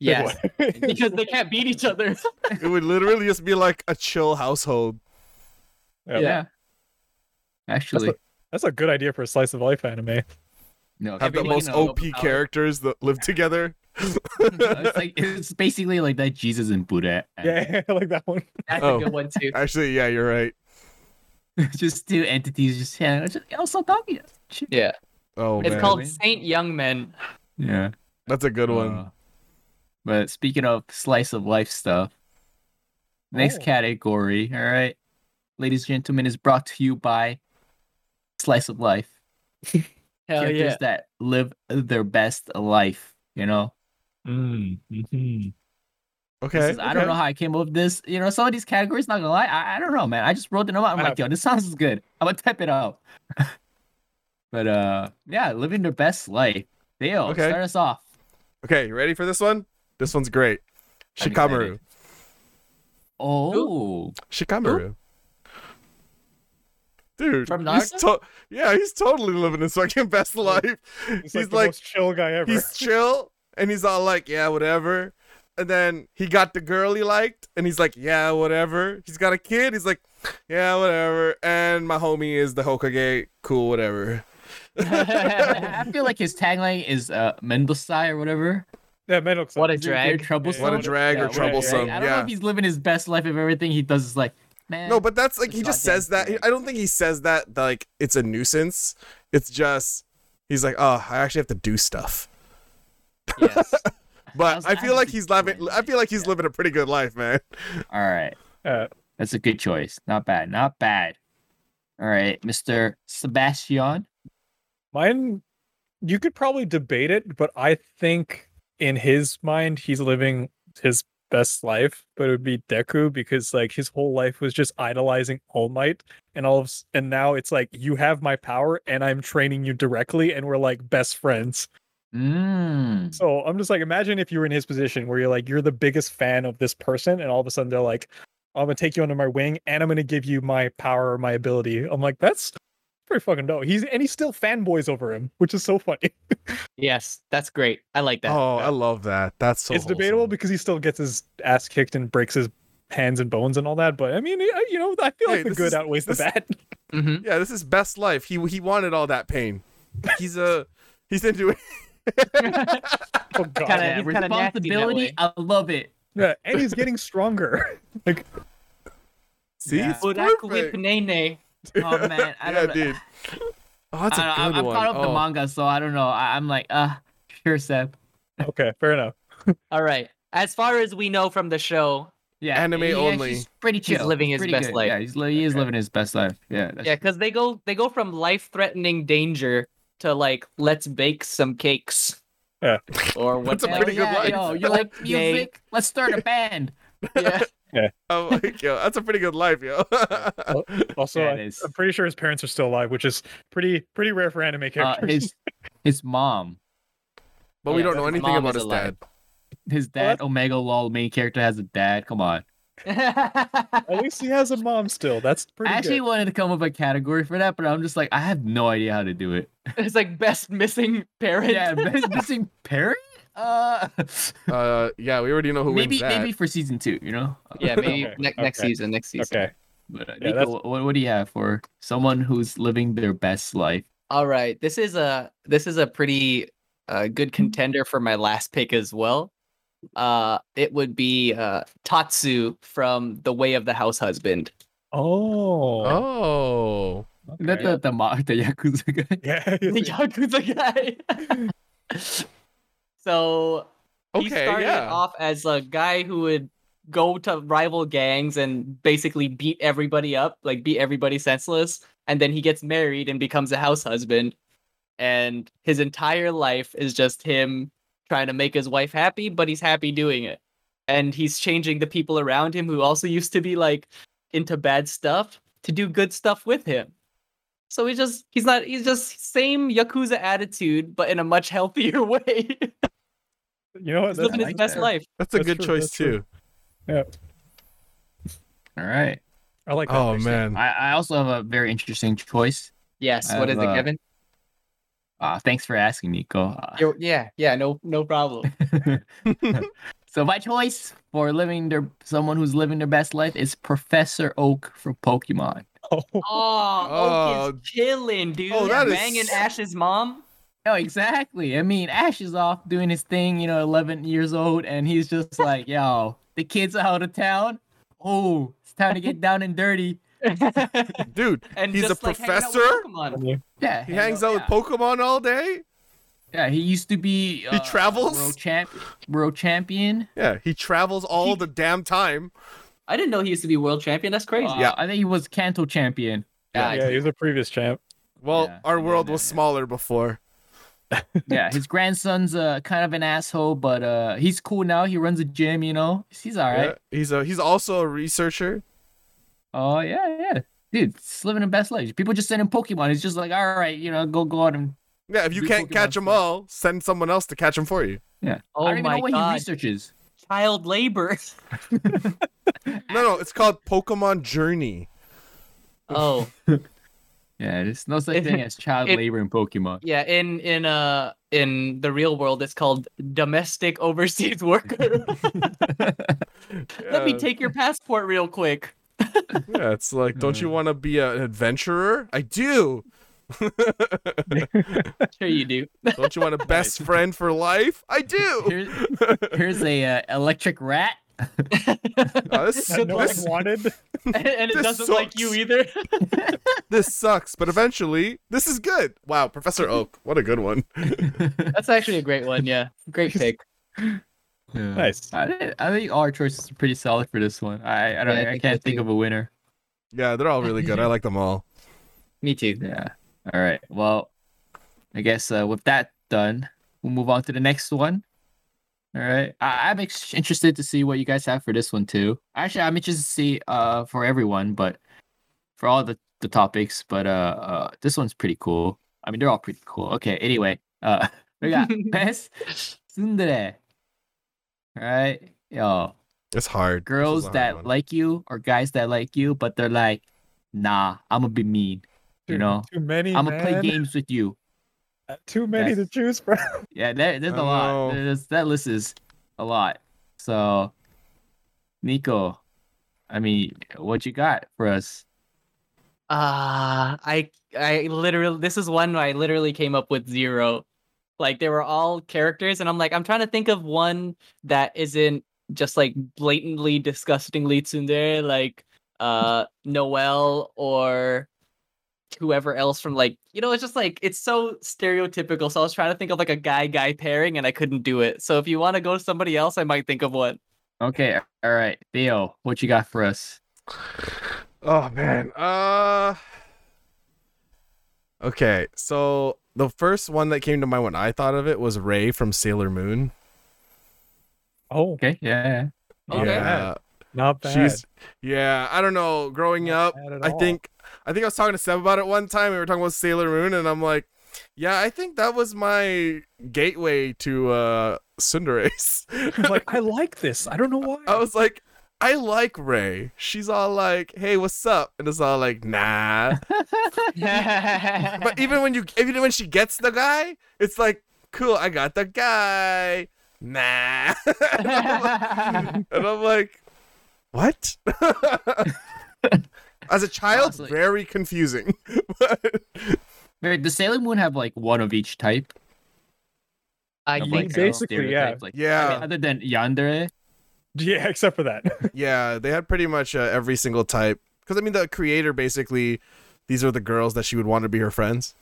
Yes. because they can't beat each other. It would literally just be like a chill household. Yeah. Yeah. Actually, That's a good idea for a slice of life anime. Have no. the everyone most knows OP about- characters that live together. it's like it's basically like that Jesus and Buddha. Yeah, I like that one. That's Oh. a good one too. Actually, yeah, you're right. just two entities just hanging out. Just, also talking. Shit. Yeah. Oh It's man, called Saint Young Men. Yeah. that's a good one. Uh, but speaking of slice of life stuff, next Oh. category, all right, ladies and gentlemen, is brought to you by slice of life. Hell Characters yeah. that live their best life. You know, okay, This is- I don't okay. know how I came up with this. You know, some of these categories, not gonna lie, I, I don't know, man. I just wrote them out. I'm I like, yo, this sounds good. I'm gonna type it out. but uh, yeah, living their best life. Dale, Okay. start us off. okay. You ready for this one? This one's great. I'm Shikamaru. excited. Oh, Shikamaru. Dude, From he's to- Naruto? yeah, he's totally living his fucking best life. He's, He's, like, the like, most chill guy ever. he's chill, and he's all like, yeah, whatever. And then he got the girl he liked, and he's like, yeah, whatever. He's got a kid, he's like, yeah, whatever. And my homie is the Hokage, cool, whatever. I I feel like his tagline is uh, Mendelsai or whatever. Yeah, man looks What like- a drag. troublesome. What a drag Yeah, or what a troublesome, drag. I don't know yeah. if he's living his best life if everything he does is like, man. No, but that's like It's he just goddamn says that. correct. I don't think he says that like it's a nuisance. It's just he's like, oh, I actually have to do stuff. Yes. But was- I I feel was like just he's living. doing I feel like he's living a pretty good life, man. all right. Yeah. That's a good choice. Not bad. Not bad. All right, Mr. Sebastian. Mine, you could probably debate it, but I think in his mind, he's living his best life. But it would be Deku because like his whole life was just idolizing All Might, and all of s- and now it's like you have my power, and I'm training you directly, and we're like best friends. Mm. So I'm just like, imagine if you were in his position where you're like, you're the biggest fan of this person, and all of a sudden they're like, I'm gonna take you under my wing and I'm gonna give you my power or my ability. I'm like, that's pretty fucking dope. He's and he's still fanboys over him, which is so funny. Yes, that's great. I like that. Oh, I love that. That's so. it's debatable wholesome. because he still gets his ass kicked and breaks his hands and bones and all that. But I mean, I- you know, I feel Hey, like the this good is- outweighs the this- bad. Mhm. yeah, this is best life. He he wanted all that pain. He's a he's into it. Oh god, Kinda- Yeah, he's kinda nasty that responsibility. way. I love it. yeah, and he's getting stronger. See, it's Budak with perfect. Nene. Oh man, yeah, I don't. know. dude. Oh, that's a I don't, good I'm, I'm one. caught up in oh. the manga, so I don't know. I, I'm like, uh, sure, Seb. okay, fair enough. All right. As far as we know from the show, Yeah, Anime he- he's only. Pretty chill. living his pretty best good. life. Yeah, he's li- he is living his best life. Yeah. that's- yeah, because they go they go from life threatening danger to like let's bake some cakes. Yeah. Or That's a whatever. pretty good yeah, life. Yo, you like music? Let's start a band. Uh, yeah. I'm like, yo, that's a pretty good life, yo. Also, Yeah, I, it is. am pretty sure his parents are still alive, which is pretty pretty rare for anime characters. Uh, his his mom, but we Yeah, don't know his anything mom about is his alive. dad. his dad, Omega Lol, main character has a dad. Come on. At least he has a mom still. That's pretty I actually good. wanted to come up with a category for that, but I'm just like, I have no idea how to do it. it's like best missing parent. Yeah, best missing parent. Uh, Uh, yeah, we already know who maybe wins that. maybe for season two, you know. Yeah, maybe Okay, ne- next okay. season. Next season. Okay. But uh, Yeah, Nico, that's- wh- what, what do you have for someone who's living their best life? All right. This is a this is a pretty uh, good contender for my last pick as well. Uh, it would be uh, Tatsu from The Way of the House Husband. Oh. Oh, Isn't that okay. the, the, ma- the Yakuza guy? Yeah. The Yakuza guy. so he okay, started yeah. off as a guy who would go to rival gangs and basically beat everybody up, like beat everybody senseless, and then he gets married and becomes a house husband. And his entire life is just him trying to make his wife happy, but he's happy doing it. And he's changing the people around him who also used to be like into bad stuff to do good stuff with him. So he's just he's not he's just same yakuza attitude but in a much healthier way. You know what? he's That's living his nice best there. life. That's a That's good true, choice that's true. too. All right. I like that. Oh actually. man, I, I also have a very interesting choice. Yes. I what is have, it, uh, Kevin? Uh, thanks for asking, Nico. Uh, You're- yeah. Yeah. No. No problem. so my choice for living their someone who's living their best life is Professor Oak from Pokemon. Oh, oh, Oh. Oak is chilling, dude. Oh, that is banging so- Ash's mom. No, exactly. I mean, Ash is off doing his thing, you know, 11 years old, and he's just like, yo, the kids are out of town. Oh, it's time to get down and dirty. and dude, he's a just, like, hanging out with professor. Pokemon. Yeah. He hang hangs out- out with Pokemon all day. Yeah, he used to be. Uh, travels? World, champ- world champion. Yeah, he travels all the damn time. I didn't know he used to be world champion. That's crazy. Uh, Yeah. I think he was Kanto champion. Yeah, yeah, he was a previous champ. Well, Yeah, our yeah, world yeah, was yeah. smaller before. Yeah, his grandson's uh, kind of an asshole, but uh, he's cool now. He runs a gym, you know. He's all right. Yeah, He's a he's also a researcher. Oh yeah, yeah. Dude, he's living the best life. People just send him Pokemon. He's just like, all right, you know, go go out and Yeah, if you Do can't Pokemon catch them stuff. all, send someone else to catch them for you. Oh I don't even my know what god. he researches. Child labor. No, no, it's called Pokemon Journey. oh. Yeah, there's no such thing as child it- labor in Pokemon. Yeah. In in uh in the real world, it's called domestic overseas worker. Let me Yeah. take your passport real quick. Yeah, it's like, don't you want to be a- an adventurer? I do. Sure you do. Don't you want a best friend for life? I do. Here's, here's a uh, electric rat. Oh, this, That no one this, wanted. and it This doesn't like you sucks. either. this sucks, but eventually, this is good. Wow, Professor Oak, what a good one. That's actually a great one. Yeah, great pick. Yeah. Nice. I, thi- I think all our choices are pretty solid for this one. I I don't Yeah, I I, think can't so think too. of a winner. Yeah, they're all really good. I like them all. Me too. Yeah. All right. Well, I guess uh, with that done, we'll move on to the next one. All right. I- I'm ex- interested to see what you guys have for this one too. Actually, I'm interested to see uh for everyone, but for all the the topics. But uh, uh this one's pretty cool. I mean, they're all pretty cool. Okay. Anyway, uh, we got best tsundere. All right, yo It's hard. This is a girls hard that one. like you or guys that like you, but they're like, nah, I'm gonna be mean. You Dude, know, too many. I'm gonna play man. games with you. Too many to Yes. choose from. Yeah, that, there's a I know. lot. There's, that list is a lot. So, Nico, I mean, what you got for us? Ah, I I literally this is one where I literally came up with zero. Like they were all characters, and I'm like, I'm trying to think of one that isn't just like blatantly disgustingly tsundere, like uh Noel or whoever else from like you know, it's just like it's so stereotypical. So I was trying to think of like a guy guy pairing, and I couldn't do it. So if you want to go to somebody else, I might think of one. Okay, all right, Theo, what you got for us? Oh man. Uh Okay, so the first one that came to mind when I thought of it was Ray from Sailor Moon. Oh, Okay, yeah, Okay. Yeah. not bad. She's Yeah, I don't know, growing Not up, bad at I all. think I think I was talking to Seb about it one time. We were talking about Sailor Moon and I'm like, yeah, I think that was my gateway to uh Cinderace. I'm like I like this. I don't know why. I was like, I like Ray. She's all like, "Hey, what's up?" And it's all like, "Nah." but even when you, even when she gets the guy, it's like, "Cool, I got the guy." Nah. and, I'm like, and I'm like, "What?" As a child, Honestly. very confusing. Wait, Does Sailor Moon have like one of each type? I Of, think like uh, so. Basically, yeah. stereotypes, Like, I mean, yeah, other than Yandere, yeah, except for that. yeah, they had pretty much uh, every single type. Because I mean, the creator basically, these are the girls that she would want to be her friends.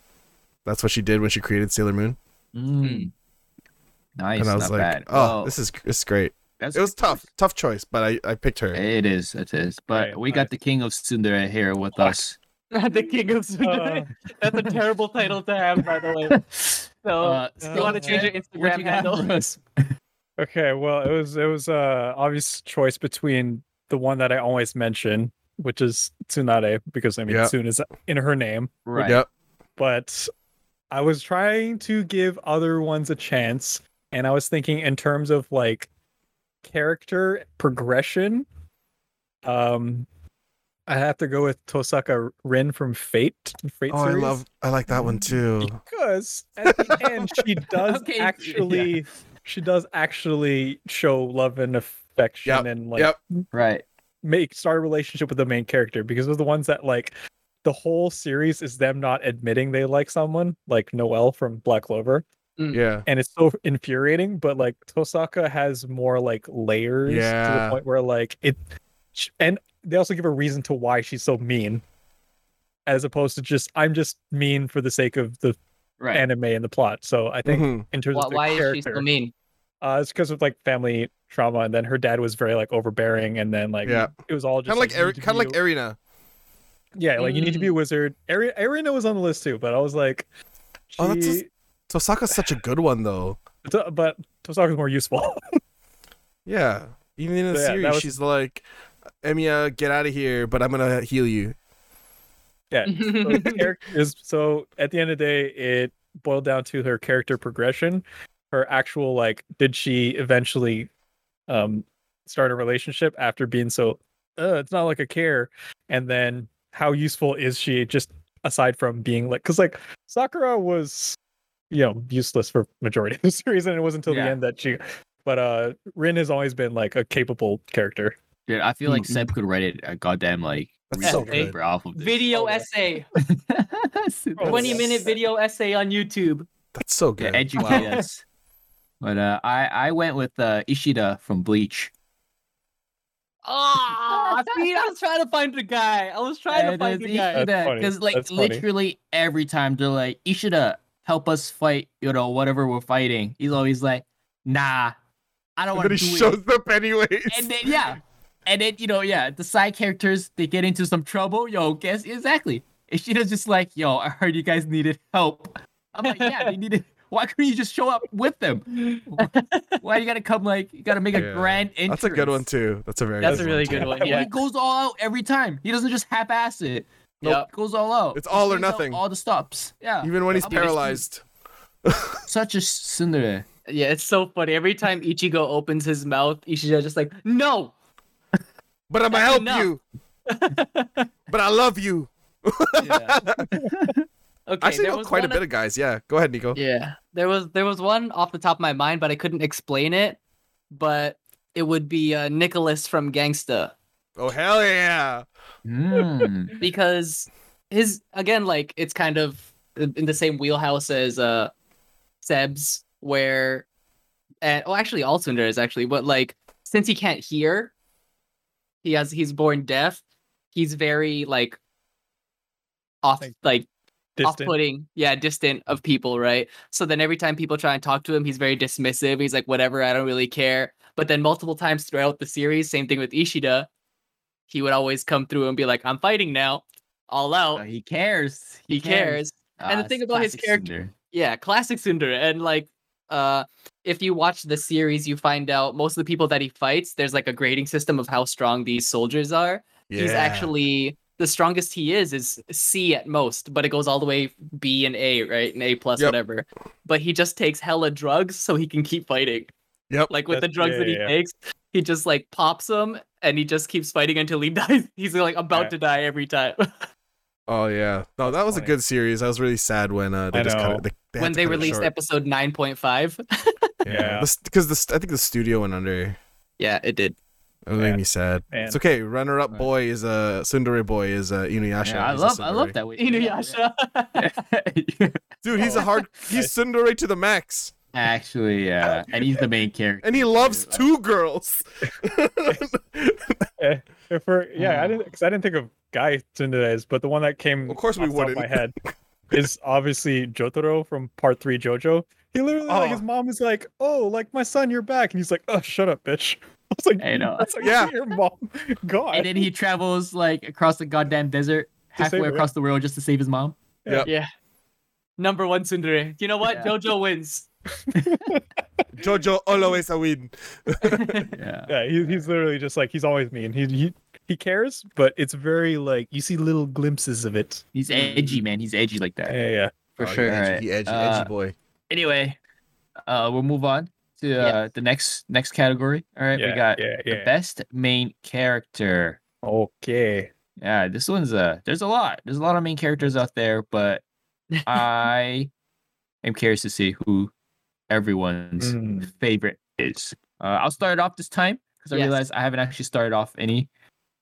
That's what she did when she created Sailor Moon. Hmm. Mm. Nice, and I was not like, bad. "Oh, Well, this is this is great." that's It was tough, tough choice, but I I picked her. It is, it is. But Right, we right. got the king of tsundere here with us. the king of tsundere. Uh, That's a terrible title to have, by the way. So Uh, you want to Seb, change your what Instagram you got handle? for us? okay, well, it was it was a obvious choice between the one that I always mention, which is Tsunade, because I mean, Yeah. Tsun is in her name. Right. Yep. but I was trying to give other ones a chance, and I was thinking in terms of like character progression. Um, I have to go with Tosaka Rin from Fate. the Fate Oh, I series, love, I like that one Mm-hmm. too. because at the end she does Okay, yeah. actually, she does actually show love and affection Yep, and like yep. Right. make start a relationship with the main character because of the ones that like the whole series is them not admitting they like someone like Noel from Black Clover Yeah, and it's so infuriating but like Tosaka has more like layers to Yeah. the point where like it sh- and they also give a reason to why she's so mean as opposed to just I'm just mean for the sake of the Right. anime and the plot so I think Mhm. in terms Why, of the why character, is she so mean? uh, it's because of like family trauma, and then her dad was very like overbearing, and then like Yeah. it was all kind just of like, you need to kind of be like Arena. a- yeah, like you need to be a wizard. Ari- Arena was on the list too, but I was like, Oh, that's she- Tosaka's such a good one though. To- but Tosaka's more useful. Yeah, even in the So, yeah, that series, was- she's like, Emiya, get out of here, but I'm gonna heal you. yeah, so, the character is- so at the end of the day, it boiled down to her character progression, her actual like, did she eventually, um, start a relationship after being so, uh, it's not like a care, and then how useful is she just aside from being like, because like Sakura was, you know, useless for majority of the series, and it wasn't until Yeah. the end that she, but uh, Rin has always been like a capable character. Dude, I feel like Seb could write it a goddamn like That's so research good. paper off of this. Video Oh, yeah. essay, Oh, 20 yes. minute video essay on YouTube. That's so to good. educate Wow. us. But uh, I I went with uh, Ishida from Bleach. Ah, see, I was trying to find the guy. I was trying to And find it's the guy. That's Ishida funny. because like That's funny. literally every time they're like Ishida help us fight you know whatever we're fighting he's always like nah I don't And want then he to do it. shows up anyways. and then yeah, and then you know yeah, the side characters they get into some trouble. Yo, guess exactly. And Sheena's just like, yo, I heard you guys needed help. I'm like, yeah, they needed. Why couldn't you just show up with them? Why you gotta come like you gotta make a Yeah. grand entrance? That's a good one too. That's a very. That's good a really one, too. good one. And Yeah. He goes all out every time. He doesn't just half-ass it. Nope. He goes all out. It's He all or stays out nothing. All the stops. Yeah. Even when he's I'm gonna- paralyzed. Such a Cinderella. Yeah, it's so funny. Every time Ichigo opens his mouth, Ichigo's just like, no. But I'm gonna That's help enough. you. but I love you. Okay, I Actually, there know was quite a one bit of guys. Yeah, go ahead, Nico. Yeah. There was there was one off the top of my mind, but I couldn't explain it. But it would be uh, Nicholas from Gangsta Oh hell yeah! Mm. because his again like it's kind of in the same wheelhouse as uh Seb's where and oh actually Alcindor is actually but like since he can't hear he has he's born deaf he's very like off Like, like Distant. off-putting yeah distant of people right so then every time people try and talk to him he's very dismissive he's like whatever i don't really care but then multiple times throughout the series same thing with ishida he would always come through and be like i'm fighting now all out Uh, he cares. he cares And the Ah, thing it's about his classic character- Cinder. yeah classic tsundere and like uh if you watch the series you find out most of the people that he fights there's like a grading system of how strong these soldiers are yeah. he's actually the strongest he is is C at most, but it goes all the way B and A, right? And A plus Yep. whatever. But he just takes hella drugs so he can keep fighting. Yep. Like with the That's- drugs yeah, that he yeah, yeah. takes, he just like pops them and he just keeps fighting until he dies. He's like about Right. to die every time. Oh yeah. No, that was a funny. good series. I was really sad when uh, they I just cut know. it. They, they had when to they cut it released short. episode 9.5. Yeah. Because the, st I think the studio went under. yeah, it did. It made Yeah. me sad. Man. It's okay. Runner up boy is uh, Sundari boy is uh, Inuyasha. Yeah, I He's a love I love tsundere. that way. Inuyasha. Dude, he's a hard. He's Sundari to the max, Actually, yeah, and he's the main character. and he loves Dude, two girls. If we're- yeah, Hmm. I didn't because I didn't think of Guy Tsundere's, but the one that came Of course we off the top of wouldn't. my head is obviously Jotaro from Part Three JoJo. He literally like his Oh. mom is like, "Oh, like my son, you're back," and he's like, "Oh, shut up, bitch." I was like, I know. That's like, Yeah. your mom. God. And then he travels like across the goddamn desert, To save halfway her. across the world, just to save his mom. yeah. Number one Tsundere. You know what? Yeah. Jojo wins. Jojo always a win. Yeah, yeah, he, he's literally just like he's always mean. He he he cares, but it's very like you see little glimpses of it. he's edgy, man. He's edgy like that. Yeah, yeah. For Oh, sure. He edgy, Alright. he edgy, Uh, edgy boy. Anyway, uh, we'll move on to uh, Yeah. the next next category. All right, yeah, we got yeah, the yeah. best main character. Okay. Yeah, this one's uh there's a lot. There's a lot of main characters out there, but I am curious to see who everyone's Hmm. Mm. favorite is. Uh, I'll start it off this time because I Yes. realize I haven't actually started off any,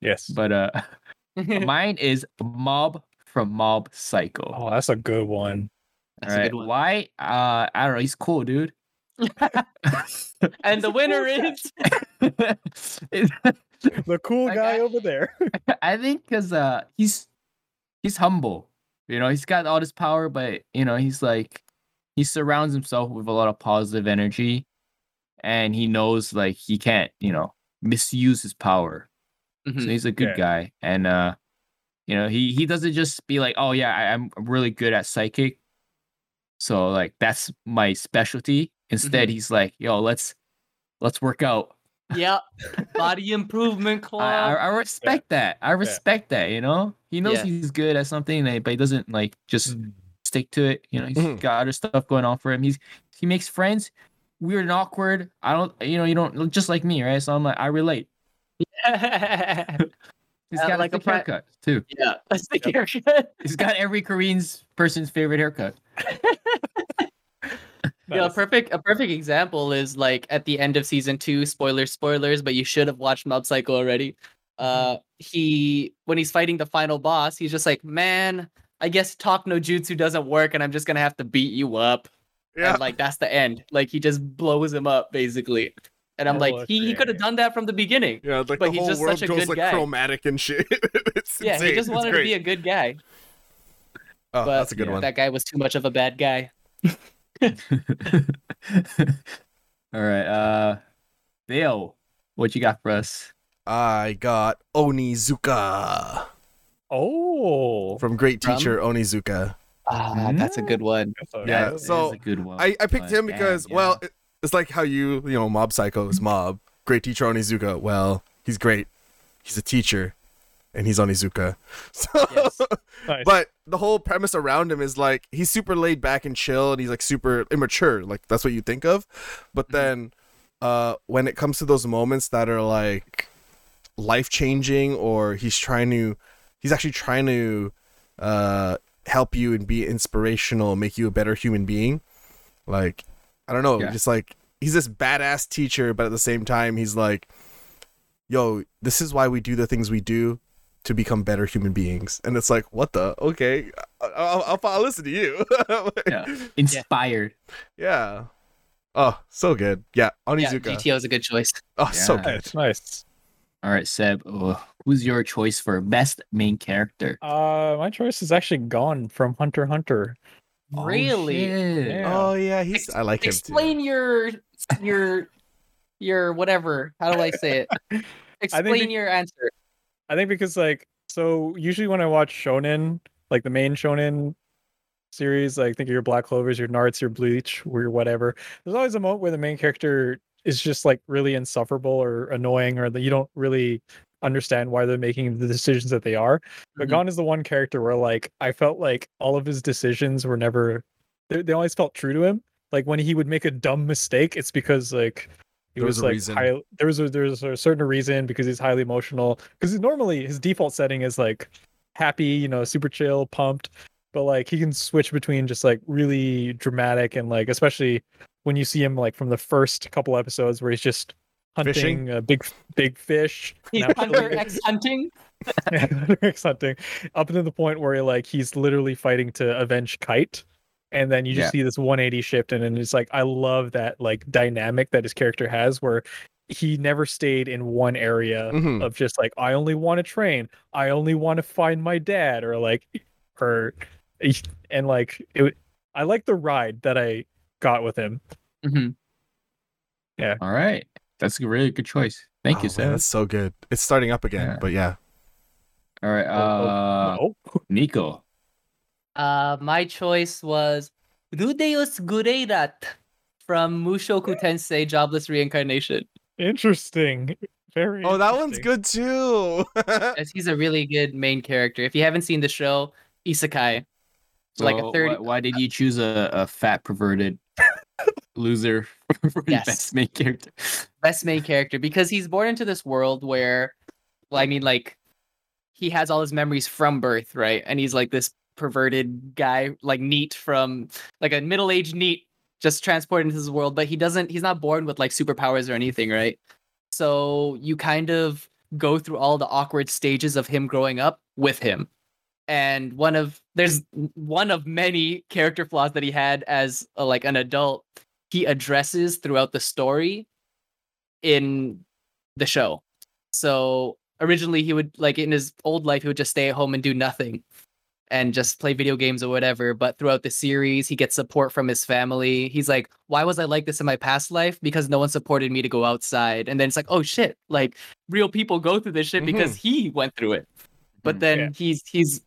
Yes. but uh mine is Mob from Mob Psycho. oh, that's a good one. That's a Alright, good one. Why? Uh I don't know, he's cool, dude. And the winner is The cool That guy guy- over there. I think because uh he's he's humble. You know, he's got all this power, but you know, he's like he surrounds himself with a lot of positive energy and he knows like he can't, you know, misuse his power. So Mhm. he's a good Yeah. guy. And uh you know, he he doesn't just be like, Oh yeah, I, I'm really good at psychic. So like that's my specialty. Instead, he's like, yo, let's let's work out. Yeah. Body improvement club. I, I, I respect that. I respect that. You know, he knows Yeah. Mm. he's good at something, like, but he doesn't like just stick to it. You know, he's Mm-hmm. Mhm. got other stuff going on for him. He's he makes friends. Weird and awkward. I don't, you know, you don't just like me, right? So I'm like, I relate. yeah. He's Uh, got like like a a pri- haircut too. That's the Yep. haircut. He's got every Korean's person's favorite haircut. Yeah, a perfect a perfect example is like at the end of season two, spoilers, spoilers, but you should have watched Mob Psycho already. Uh he when he's fighting the final boss, he's just like, Man, I guess talk no jutsu doesn't work and I'm just gonna have to beat you up. Yeah. And like that's the end. Like he just blows him up basically. And I'm Oh, like, that's he, he great, could have yeah. done that from the beginning. yeah, like but the he's whole just world such a goes good like guy. chromatic and shit. it's Yeah, insane. he just It's wanted to great. be a good guy. Oh, But that's a good yeah, one. that guy was too much of a bad guy. All right. Uh, Theo, what you got for us? I got Onizuka Oh, from great From? teacher Onizuka. Ah, that's a good one. yeah. That is so a good Oh, one. I, I picked But him damn, because yeah. well, it- it's like how you you know Mob Psycho is Mob, great teacher Onizuka. Well, he's great. He's a teacher, and he's Onizuka. So, Yes. Nice. but the whole premise around him is like he's super laid back and chill, and he's like super immature. Like that's what you think of, but then uh, when it comes to those moments that are like life changing, or he's trying to, he's actually trying to uh, help you and be inspirational, make you a better human being. Like I don't know, Yeah. just like he's this badass teacher, but at the same time he's like, yo, this is why we do the things we do to become better human beings and it's like what the okay I- i'll, I'll, I'll listen to you Yeah. inspired. yeah oh so good yeah Yeah, onizuka GTO is a good choice. oh so Yeah. good nice, nice. All right, Seb, oh, who's your choice for best main character? Uh, my choice is actually gone from Hunter x Hunter. Oh, Really? shit. Yeah. oh yeah he's i like him Explain your your your whatever. How do I say it? Explain the- your answer. I think because like so usually when I watch shonen, like the main shonen series, like think of your Black Clovers, your Nards, your Bleach, or your whatever. There's always a moment where the main character is just like really insufferable or annoying, or that you don't really understand why they're making the decisions that they are. But Mm-hmm. Mhm. Gon is the one character where like I felt like all of his decisions were never they, they always felt true to him. Like when he would make a dumb mistake, it's because like he There was, was a like reason. high, there was a there was a certain reason because he's highly emotional. Because normally his default setting is like happy, you know, super chill, pumped. But like he can switch between just like really dramatic and like especially when you see him like from the first couple episodes where he's just Fishing? hunting a big big fish. He's and actually- hunter ex hunting. Rick hunting up to the point where like he's literally fighting to avenge kite and then you just Yeah. see this 180 shift and then it's like i love that like dynamic that his character has where he never stayed in one area Hmm. Mhm. of just like i only want to train i only want to find my dad or like her and like it would- i like the ride that i got with him Mhm. All right. That's a really good choice. Thank Oh, man, you, Seb. that's so good it's starting up again Yeah. but yeah All right. Uh, oh Nico. Uh, my choice was Rudeus Gureirat from Mushoku Tensei Jobless Reincarnation. interesting very oh that one's interesting. good too As he's a really good main character. If you haven't seen the show, Isekai. Like a So, 30 Why, why did you choose a, a fat perverted loser for your Yes. best main character? best main character because he's born into this world where well, I mean like he has all his memories from birth, right? And he's like this perverted guy, like neat from like a middle-aged neat just transported into this world, but he doesn't he's not born with like superpowers or anything, right? So you kind of go through all the awkward stages of him growing up with him. And one of there's one of many character flaws that he had as a, like an adult he addresses throughout the story in the show. So originally he would like in his old life he would just stay at home and do nothing and just play video games or whatever, but throughout the series he gets support from his family. He's like, "Why was I like this in my past life? Because no one supported me to go outside." And then it's like, "Oh shit, like real people go through this shit because he went through it." But Mhm. then Yeah. he's he's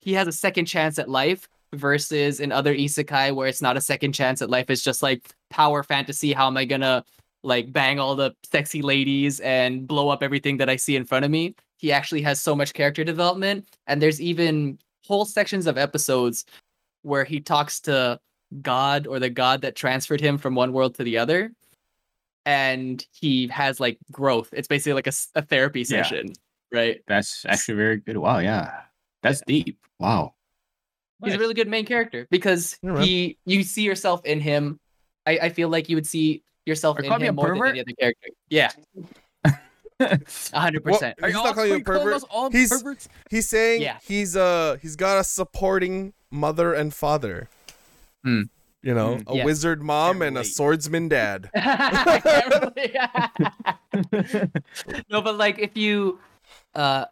he has a second chance at life versus in other isekai where it's not a second chance at life. It's just like power fantasy. How am I gonna like bang all the sexy ladies and blow up everything that I see in front of me. He actually has so much character development, and there's even whole sections of episodes where he talks to God or the God that transferred him from one world to the other, and he has like growth. It's basically like a, s- a therapy Yeah. session, right? That's actually very good. Wow. Yeah. That's deep. Wow. he's a Nice. really good main character because Yeah, man. he you see yourself in him. I, I feel like you would see yourself Or in call me a him more than pervert? any other character. Yeah, hundred percent. He's not calling you a pervert. He's- he's saying Yeah. he's uh he's got a supporting mother and father Hmm. you know Hmm. a Yeah. wizard mom Can't and a relate. swordsman dad I can't really- no, but like if you, uh,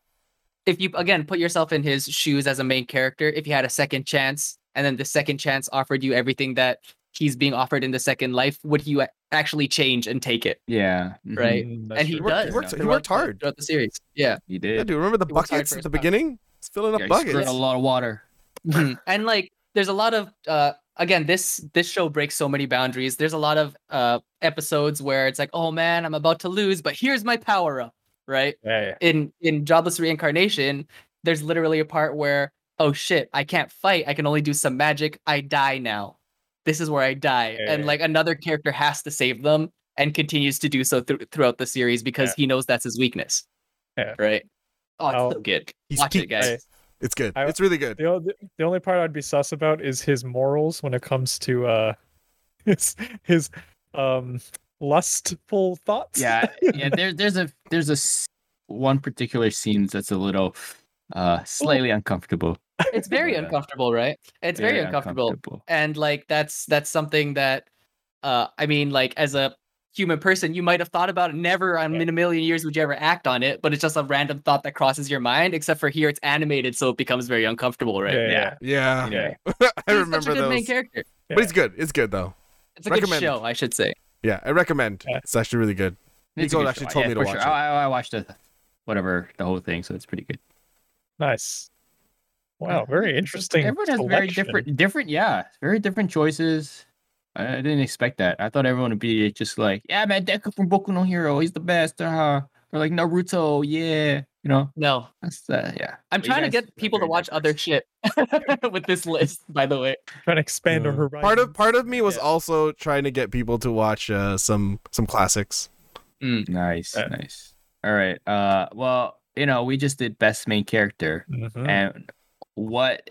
if you again put yourself in his shoes as a main character, if you had a second chance, and then the second chance offered you everything that he's being offered in the second life, would he a- actually change and take it? Yeah. mhm, Right. That's and he true. worked- he does. worked- he throughout worked the- hard. throughout the series. Yeah, He Yeah, did. dude, remember the He worked hard buckets at for his the bucket. beginning? It's filling up Yeah, he squirted buckets. a lot of water. Mhm. and like there's a lot of uh again this this show breaks so many boundaries there's a lot of uh episodes where it's like oh man i'm about to lose but here's my power up right Yeah, yeah. in in jobless reincarnation there's literally a part where oh shit i can't fight i can only do some magic i die now this is where i die and Yeah. like another character has to save them and continues to do so thr- throughout the series because Yeah. he knows that's his weakness Yeah. right oh it's I'll- so good He's watch it peaked. guys It's good. I- it's really good. The, o- the only part I'd be sus about is his morals when it comes to uh his his um lustful thoughts. yeah yeah there, there's a there's a s- one particular scene that's a little uh slightly uncomfortable it's very Yeah. uncomfortable right it's very, uncomfortable. and like that's that's something that uh i mean like as a human person you might have thought about it never um, in a million years would you ever act on it but it's just a random thought that crosses your mind except for here it's animated so it becomes very uncomfortable right Yeah, yeah. Yeah. Yeah, yeah I He's remember such a good main those. character But it's good. It's good though. it's a Recommend. good show i should say Yeah, I recommend. Yeah. It's actually really good. It's a Nico good actually show, told me to for watch it. I, I- I watched the whatever the whole thing so it's pretty good Nice. Uh, Wow, very interesting. everyone has very selection. different different yeah very different choices I I didn't expect that. I thought everyone would be just like, "Yeah, man, Deku from Boku no Hero, he's the best." Uh-huh. Or like Naruto, yeah, you know. no That's uh, yeah. i'm But you trying to guys get are people to very watch other diverse. shit with this list by the way Trying to expand our Hmm. Uh, horizon. Part of part of me was Yeah. also trying to get people to watch uh, some some classics. Nice, Uh, nice. All right. Uh, well, you know, we just did best main character, Mhm. and what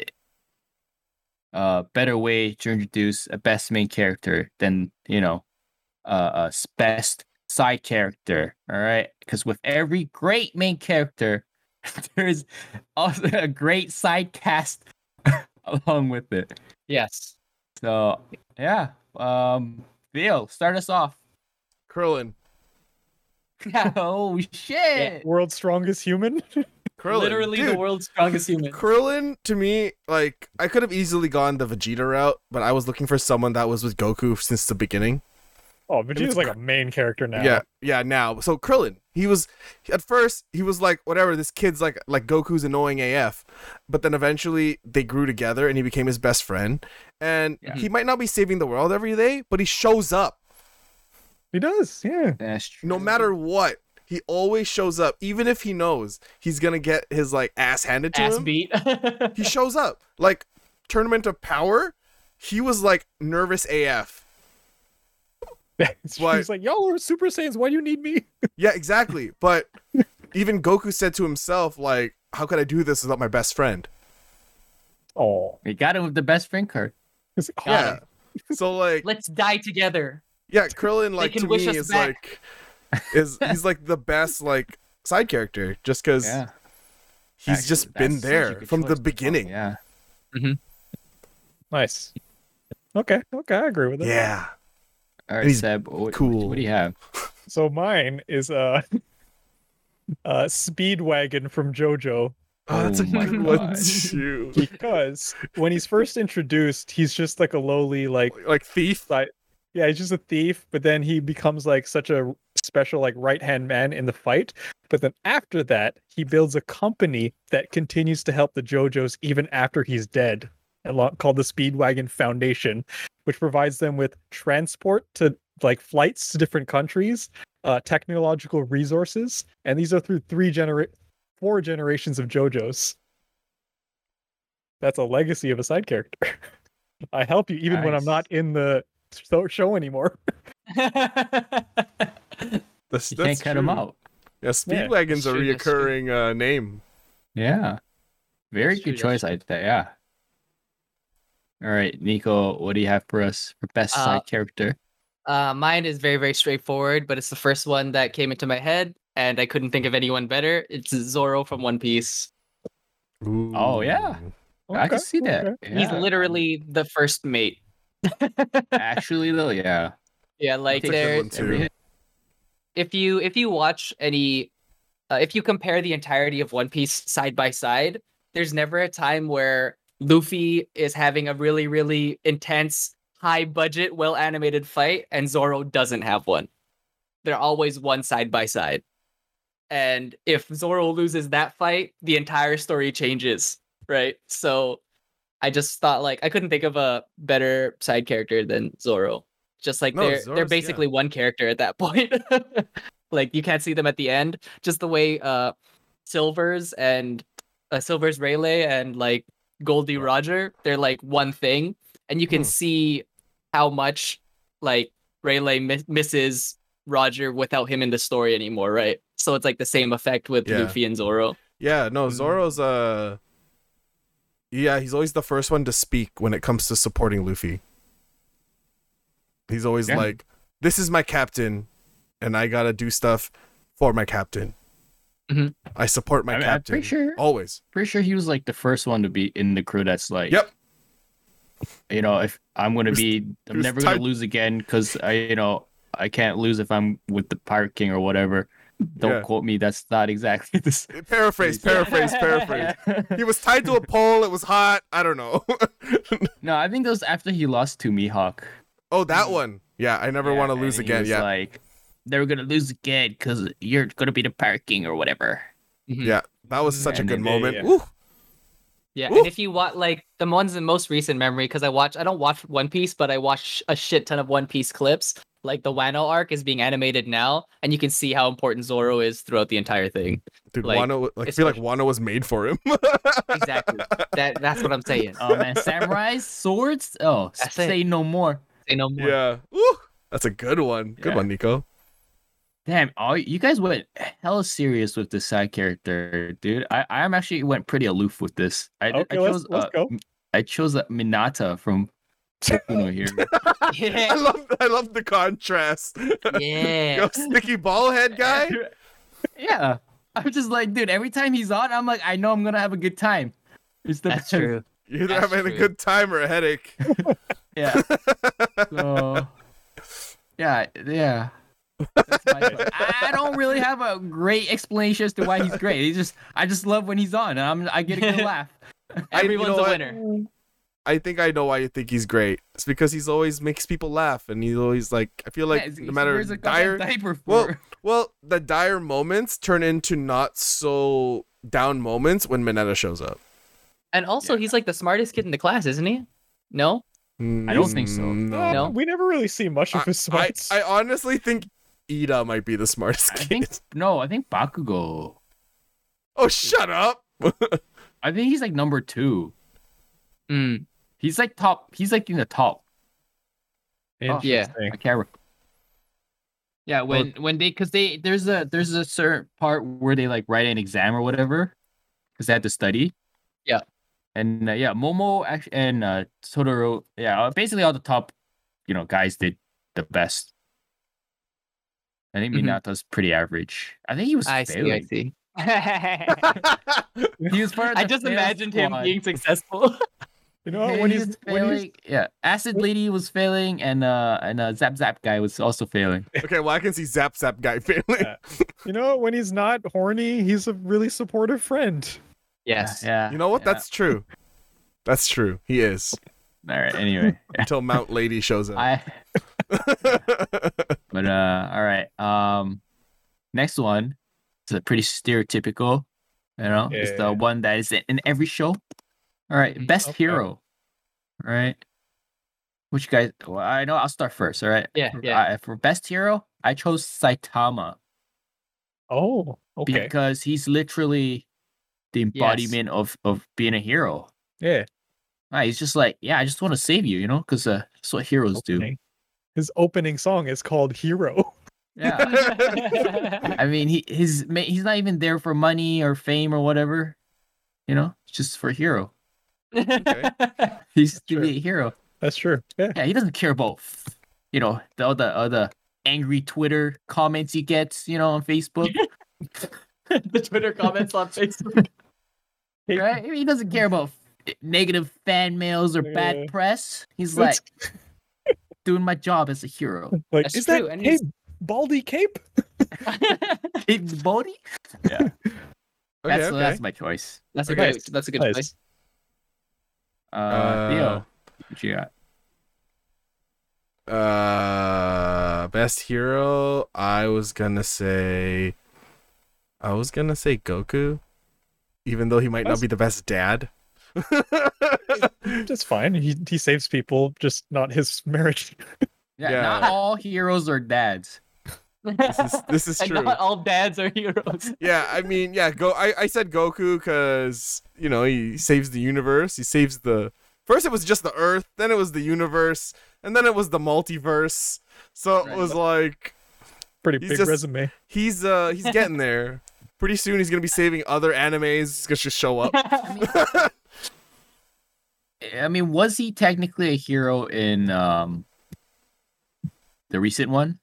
uh better way to introduce a best main character than you know uh, a s- best side character? All right, because with every great main character, there's also a great side cast along with it. yes So yeah, um, Theo, start us off. Curlin. yeah Oh shit. World's strongest human. Curlin. literally Dude, the world's strongest human Krillin to me, like I could have easily gone the Vegeta route, but I was looking for someone that was with Goku since the beginning. Oh, Vegeta's like a main character now. Yeah, yeah. Now, so Krillin, he was at first he was like whatever. This kid's like like Goku's annoying AF, but then eventually they grew together and he became his best friend. And Yeah. he might not be saving the world every day, but he shows up. He does, yeah. That's true. no matter what he always shows up even if he knows he's gonna get his like ass handed to ass him beat he shows up like tournament of power he was like nervous af She's Why- like, Y'all are Super Saiyans, why do you need me? yeah exactly but even goku said to himself like how could i do this without my best friend Oh. We got him with the best friend card. It's like, yeah so like let's die together yeah krillin like can to wish me us is back. like is he's like the best like side character just because Yeah. he's Actually, just been that's such a there good from choice the as well, beginning Yeah. Nice. Okay, okay, I agree with it. yeah All right, he's Seb. What, cool. What do you have? So mine is uh uh Speedwagon from oh JoJo. that's Oh a my good one God. too Because when he's first introduced, he's just like a lowly like like thief yeah, he's just a thief, but then he becomes like such a special like right-hand man in the fight. But then after that, he builds a company that continues to help the JoJo's even after he's dead, and lo- called the Speedwagon Foundation, which provides them with transport to like flights to different countries, uh, technological resources, and these are through three genera- four generations of JoJo's. That's a legacy of a side character. I help you even when I'm Nice. not in the so- show anymore. That's, You can't cut him true. out. Yeah, Speedwagon's a true, that's true. reoccurring uh, name. Yeah. Very That's true, good that's choice. I think. Yeah. All right, Nico. What do you have for us for best Uh, side character? Uh, mine is very, very straightforward, but it's the first one that came into my head, and I couldn't think of anyone better. It's Zoro from One Piece. Oh, yeah. I can Okay, see that. okay. He's Yeah. literally the first mate. actually though. Yeah. Yeah, like take that there. one, too. Every hit. If you if you watch any, uh, if you compare the entirety of One Piece side by side, there's never a time where Luffy is having a really, really intense high budget, well animated fight, and Zoro doesn't have one. They're always one side by side. And if Zoro loses that fight, the entire story changes, right? So I just thought like I couldn't think of a better side character than Zoro. Just like No, they're they're Zoro's- yeah. basically one character at that point. like you can't see them at the end. Just the way uh Silvers and uh, Silvers Rayleigh and like Goldie Roger, they're like one thing, and you can Hmm. see how much like Rayleigh mi- misses Roger without him in the story anymore, right? So it's like the same effect with Yeah. Luffy and Zoro. Yeah, no, Mm-hmm. Zoro's uh Yeah, he's always the first one to speak when it comes to supporting Luffy. He's always Yeah. like, This is my captain, and I gotta do stuff for my captain. Mhm. I support my Mm-hmm. I mean, I'm captain. pretty sure. Always. Pretty sure he was like the first one to be in the crew. That's like, Yep. You know, if I'm He gonna was- be, he I'm was never gonna type- lose again because I, you know, I can't lose if I'm with the Pirate King or whatever. Don't Yeah. quote me. That's not exactly this. Paraphrase, paraphrase, paraphrase. He was tied to a pole, it was hot. I don't know. no, I think that was after he lost to Mihawk. oh, that one. Yeah, I never Mm-hmm. Yeah, wanna and lose he again. was Yeah. Like they were gonna lose again because you're gonna be the Pirate King or whatever. yeah. That was such a And good then they- moment. yeah. Woo! Yeah, Woo! and if you watch like the ones in most recent memory, because I watch, I don't watch One Piece, but I watch a shit ton of One Piece clips. Like the Wano arc is being animated now, and you can see how important Zoro is throughout the entire thing. Dude, Like, Wano like I feel like especially- Wano was made for him. Exactly. that that's what I'm saying. Uh, Oh man, samurais, swords. Oh, That's it. say no more. Say no more. Yeah. Woo! That's a good one. Good Yeah. one, Nico. Damn, all you guys went hella serious with this side character, dude. I I'm actually went pretty aloof with this. I, did- Okay, I chose let's, let's uh, go. I chose uh, Minata from Bokuno here. I Yeah. love I love the contrast. yeah. Yo, sticky ball head guy. yeah, I'm just like, dude. Every time he's on, I'm like, I know I'm gonna have a good time. It's the best. That's true. You're either That's having a true. good time or a headache. Yeah. So, yeah, yeah. That's my point. I don't really have a great explanation as to why he's great. He just, I just love when he's on, and I'm, I get a good laugh. I- you Everyone's know a what? winner. I think I know why you think he's great. It's because he's always makes people laugh, and he's always like I feel like Yeah, he no matter wears a dire, goddamn diaper for. Well, well, the dire moments turn into not so down moments when Mineta shows up. And also, he's like the smartest kid in the class, isn't he? No. I don't think so. Mm, Um, No. We never really see much of I, his I, smarts. I honestly think Ida might be the smartest I kid. think no, I think Bakugo. Oh, shut up. I think he's like number two. Mm. He's like top. He's like in the top. yeah. Interesting. I can't. Rec- yeah, when when they because they there's a there's a certain part where they like write an exam or whatever, because they had to study. Yeah. And uh, yeah, Momo actually and uh, Totoro. Yeah, uh, basically all the top, you know, guys did the best. I think Mhm. Minato's pretty average. I think he was I see. I failing. see. I He was part of the just fail imagined him squad. being successful. You know what, Yeah, Oh, when he he's was when he's failing. Yeah, Acid Lady was failing, and uh, and uh, Zap Zap guy was also failing. Okay, well I can see Zap Zap guy failing. you know what, when he's not horny, he's a really supportive friend. yes. Yeah. You know what? yeah. That's true. That's true. He is all right. Anyway, until Mount Lady shows up. I. But uh, all right. Um, next one is a pretty stereotypical. You know, it's Yeah. Mm, the one that is in every show. All right, best Okay. hero. All right. Which guys? Well, I know. I'll start first. All right. Yeah. For- Yeah. I- for best hero, I chose Saitama. Oh, okay. because he's literally the embodiment of of being a hero. yeah. Right, he's just like, yeah, I just want to save you, you know, because uh, that's what heroes do. opening. His opening song is called Hero. Yeah, I mean, he his ma- he's not even there for money or fame or whatever, you know, it's just for a hero. He's to Sure. be a hero. That's true. Yeah. Yeah, he doesn't care about, f- you know, the all the all the angry Twitter comments he gets, you know, on Facebook. the Twitter comments on Facebook. right? He doesn't care about f- negative fan mails or Yeah. bad press. He's like That's- doing my job as a hero. Like, That's is true, that and hey, he's- baldy cape? It's Bodhi? okay, that's, okay. that's my choice. That's a Okay. good. That's a good Nice. place. Uh, Uh, Theo, what you got? Uh, best hero. I was gonna say. I was gonna say Goku, even though he might not That's- be the best dad. Just fine. He he saves people, just not his marriage. Yeah, Yeah. not all heroes are dads. this is this is and true. not all dads are heroes. Yeah, I mean, yeah. Go. I, I said Goku because you know he saves the universe. He saves the first. It was just the Earth. Then it was the universe, and then it was the multiverse. So it Right. was like Pretty He's big just- resume. he's uh he's getting there. Pretty soon he's gonna be saving other animes. He's gonna just show up. I mean, was he technically a hero in um the recent one?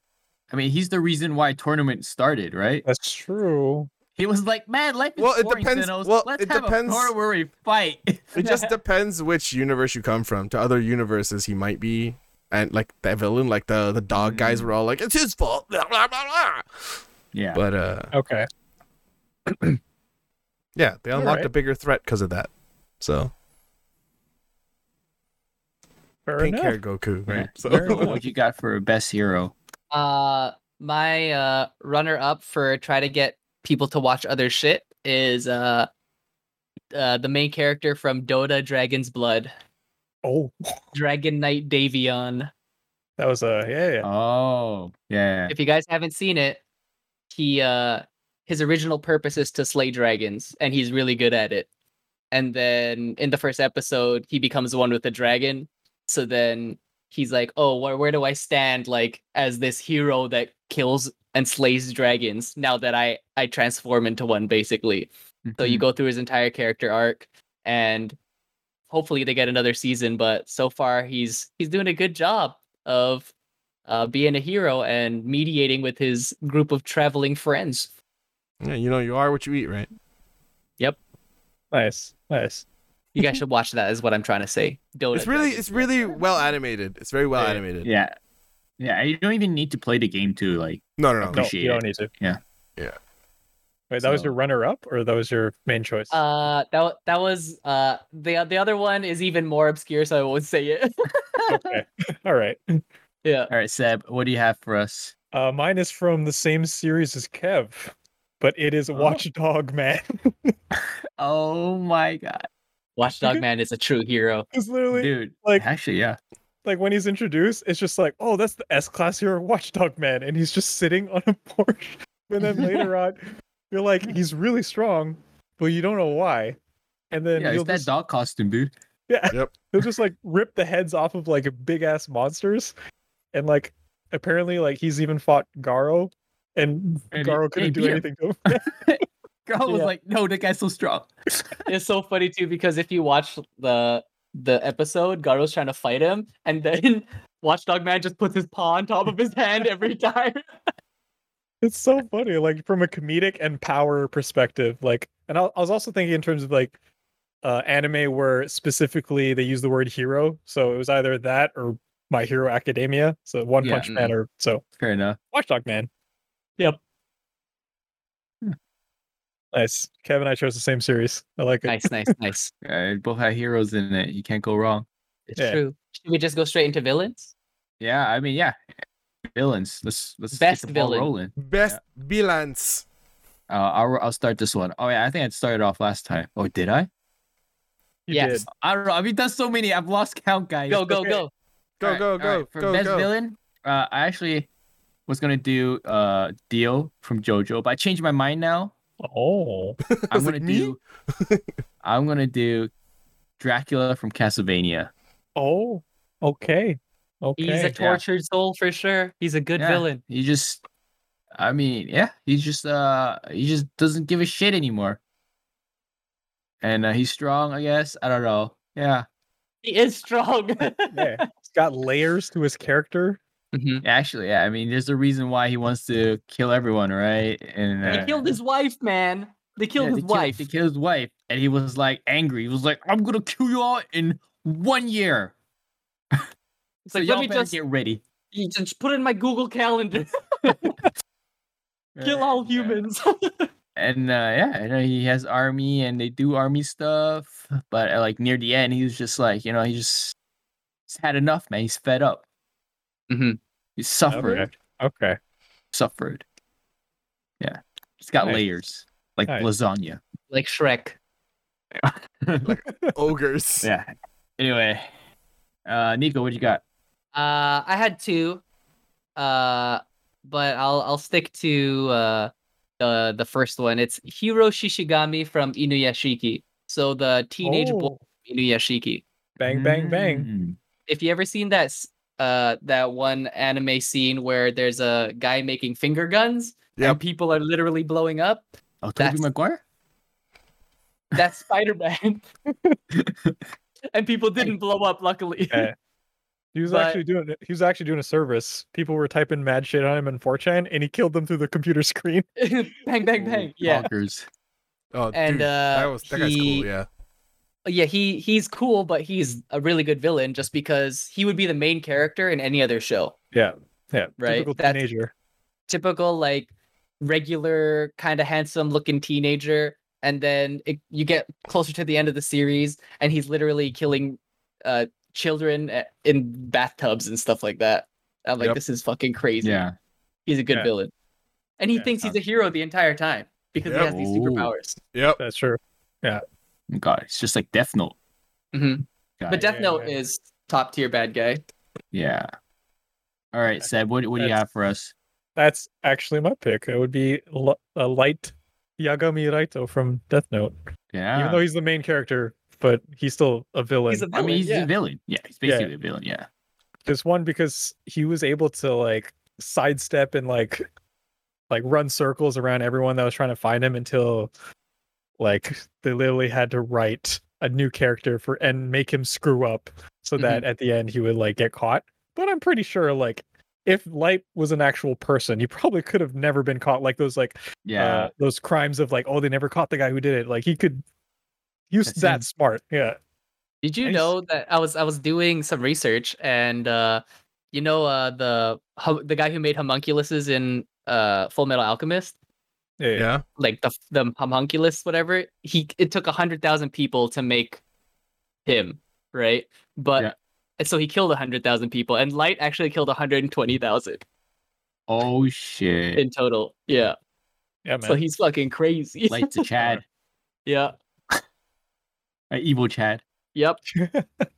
I mean, he's the reason why tournament started, right? That's true. He was like, "Man, life is Well, it boring, depends- Thanos. well, Let's it have depends- a tournament where we fight." It just depends which universe you come from. To other universes, he might be, and like that villain, like the the dog guys were all like, "It's his fault." Blah, blah, blah, blah. yeah, But uh, Okay. yeah, they All unlocked right. a bigger threat because of that. So Fair pink enough. hair Goku, right? Yeah. So Very well. what you got for best hero? Uh, my uh runner up for try to get people to watch other shit is uh, uh the main character from Dota Dragon's Blood, Oh, Dragon Knight Davion. that was a yeah. yeah. Oh, yeah. If you guys haven't seen it, he uh his original purpose is to slay dragons, and he's really good at it. And then in the first episode, he becomes one with the dragon. So then he's like, "Oh, where where do I stand like as this hero that kills and slays dragons? Now that I I transform into one, basically." So you go through his entire character arc, and hopefully they get another season. But so far, he's he's doing a good job of uh, being a hero and mediating with his group of traveling friends. yeah, you know, you are what you eat, right? Nice, nice. You guys should watch that. Is what I'm trying to say. Dota It's really, Dragon's it's Blood. really well animated. It's very well Yeah. animated. Mm-hmm. yeah, yeah. You don't even need to play the game to like No, no, no. No, Appreciate you don't it. need to. Yeah. Yeah. Wait, that was So- your runner-up, or that was your main choice? Uh, that wa- that was uh the the other one is even more obscure, so I won't say it. okay. All right. yeah. All right, Seb, what do you have for us? Uh, mine is from the same series as Kev, but it is Watch Dog Man. Oh my god, Watchdog Man is a true hero. it's literally dude! like- actually, yeah. like when he's introduced, it's just like, oh, that's the S class hero, Watchdog Man, and he's just sitting on a porch. And then later on, you're like, he's really strong, but you don't know why. And then Yeah, he'll it's that just, dog costume, dude. yeah, Yep. he'll just like rip the heads off of like big ass monsters, and like apparently like he's even fought Garo, and, And he- Garo and he couldn't do beat him. anything to him. Girl was Yeah. like, "No, that guy's so strong." it's so funny too because if you watch the the episode, Garo's trying to fight him, and then Watchdog Man just puts his paw on top of his hand every time. It's so funny, like from a comedic and power perspective. Like, and I, I was also thinking in terms of like uh, anime where specifically they use the word hero. So it was either that or My Hero Academia. So One Yeah, mm-hmm. Punch Man or so Fair enough. Watchdog Man. Yep. Hmm. Nice. Kevin and I chose the same series. I like it. nice, nice, nice. Yeah, it both had heroes in it. You can't go wrong. It's Yeah. true. Should we just go straight into villains? Yeah, I mean, yeah. Villains. Let's let's Best get the ball villain. rolling. Best bilance. Uh, I'll I'll start this one. Oh yeah, I think I started off last time. Oh, did I? You yes. did. I don't know. I mean, that's so many. I've lost count, guys. Go, go, Okay. go. Go, Alright, go, go, alright, For go, best go. villain, uh, I actually was gonna do uh Dio from JoJo, but I changed my mind now. Oh, was I'm gonna like, "Me?" do. I'm gonna do Dracula from Castlevania. oh, okay, okay. He's a tortured soul for sure. He's a good Yeah. villain. He just, I mean, yeah, he's just uh, he just doesn't give a shit anymore. And uh, he's strong, I guess. I don't know. Yeah, He is strong. yeah. He's got layers to his character. Mhm. actually, yeah. I mean, there's a reason why he wants to kill everyone, right? And They uh, killed his wife, man. They yeah, killed they his wife. He killed his wife, and he was like angry. He was like, "I'm gonna kill y'all in one year." it's So like, y'all let me better just, get ready. you just put it in my Google Calendar. Kill all And, uh, humans. and uh, yeah, I know he has army and they do army stuff, but uh, like near the end, he was just like, you know, he just, he's had enough, man. He's fed up. He suffered, Okay. suffered. Yeah, it's got Nice. layers like Nice. lasagna. like Shrek. Ogres. Yeah. Anyway, uh, Nico, what you got? Uh, I had two, uh, but I'll I'll stick to uh, the the first one. It's Hiro Shishigami from Inuyashiki. So the teenage boy Oh, from Inuyashiki. Bang bang bang. Mm. If you ever seen that s- uh that one anime scene where there's a guy making finger guns Yep. and people are literally blowing up, Oh, Toby That's- Maguire. that's Spider Man. and people didn't blow up, luckily. Yeah. He was But- actually doing he was actually doing a service. People were typing mad shit on him in 4chan and he killed them through the computer screen. bang, bang, bang. Yeah. Bonkers. Oh, And dude, uh, that was that guy's he- cool. Yeah. yeah he he's cool but he's a really good villain just because he would be the main character in any other show Yeah. Yeah. Right, Typical that's- teenager. typical like regular kind of handsome looking teenager and then it, you get closer to the end of the series and he's literally killing uh children a- in bathtubs and stuff like that i'm like Yep. this is fucking crazy Yeah. he's a good Yeah. villain and he Yeah, thinks he's a hero the entire time because Yep. he has these Ooh. superpowers Yep. That's true. God, it's just like Death Note. Mhm. Got but it. death yeah, note yeah. is top tier bad guy yeah. All right, Seb, what, what do you That's- have for us? That's actually my pick. It would be L- a light Yagami Raito from Death Note. Even Yeah. though he's the main character, but he's still a villain. Ah. he's a I villain mean, he's yeah. a villain. Yeah, he's Yeah. basically a villain. Yeah. This one because he was able to like sidestep and like like run circles around everyone that was trying to find him until like they literally had to write a new character for and make him screw up so that Mm-hmm. at the end he would like get caught. But I'm pretty sure like if Light was an actual person, he probably could have never been caught like those like Yeah. uh, those crimes of like oh they never caught the guy who did it. Like he could he was That's that him. smart. Yeah. Did you Nice. know that I was I was doing some research and uh you know uh the hu- the guy who made homunculuses in uh Full Metal Alchemist, Yeah. yeah. Yeah. like the the homunculus whatever, he it took 100,000 people to make him, right? But Yeah. and so he killed 100,000 people and Light actually killed 120,000 oh shit. in total. Yeah. Yeah, man. So he's fucking crazy. Light to Chad. yeah. Uh, evil Chad. Yep.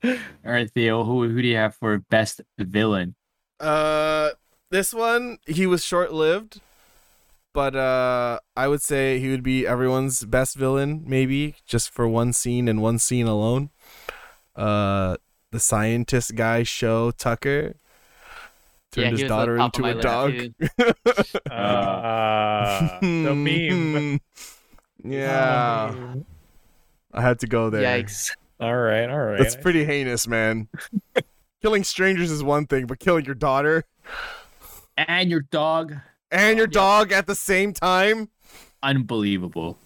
All right, Theo, who who do you have for best villain? Uh, this one he was short-lived, but uh, I would say he would be everyone's best villain, maybe just for one scene and one scene alone. Uh, the scientist guy, show Tucker, turned yeah, he his was on daughter top of into my a list, dog. Hmm. dude. Ah, the meme. yeah, Um, I had to go there. Yikes. all right, all right. That's pretty heinous, man. killing strangers is one thing, but killing your daughter And your dog. and your dog at the same time. Unbelievable.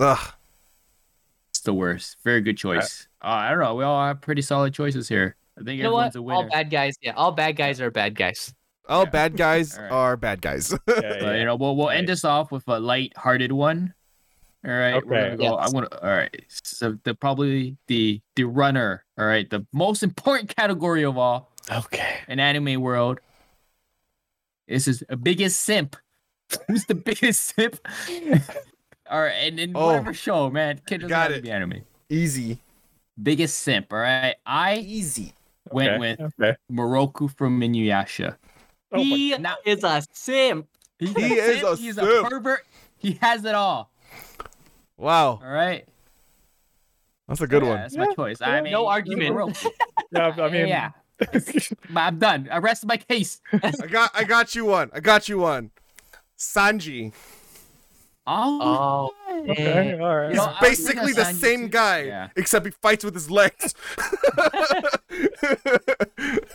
Ugh. It's the worst. Very good choice. Uh, I don't know. We all have pretty solid choices here. I think You know everyone's what? a All winner. bad guys, yeah, all bad guys are bad guys. All Yeah. Oh, bad guys All right. are bad guys. Yeah, But, yeah. you know, we'll, we'll end Right. this off with a light-hearted one. All right, we're Okay. gonna go. I'm gonna. All right, so the probably the the runner. All right, the most important category of all Okay. in anime world. This is a biggest simp. Who's the biggest simp? all right, and in Oh. whatever show, man, kid doesn't Got have to it. be anime. Easy. Biggest simp. All right, I Easy. went okay. with Okay. Moroku from Inuyasha. Oh my- he Now- is a simp. He's He is a He's simp. a pervert. He has it all. Wow. All right. That's a good Yeah, one. That's my choice. I Yeah. mean, No argument. Moroku. yeah, I mean, yeah. But I'm done. I rest my case. I got I got you one. I got you one. Sanji. Oh. Oh, okay, all right. He's You know, I was thinking basically of the Sanji same too. guy, Yeah. except he fights with his legs.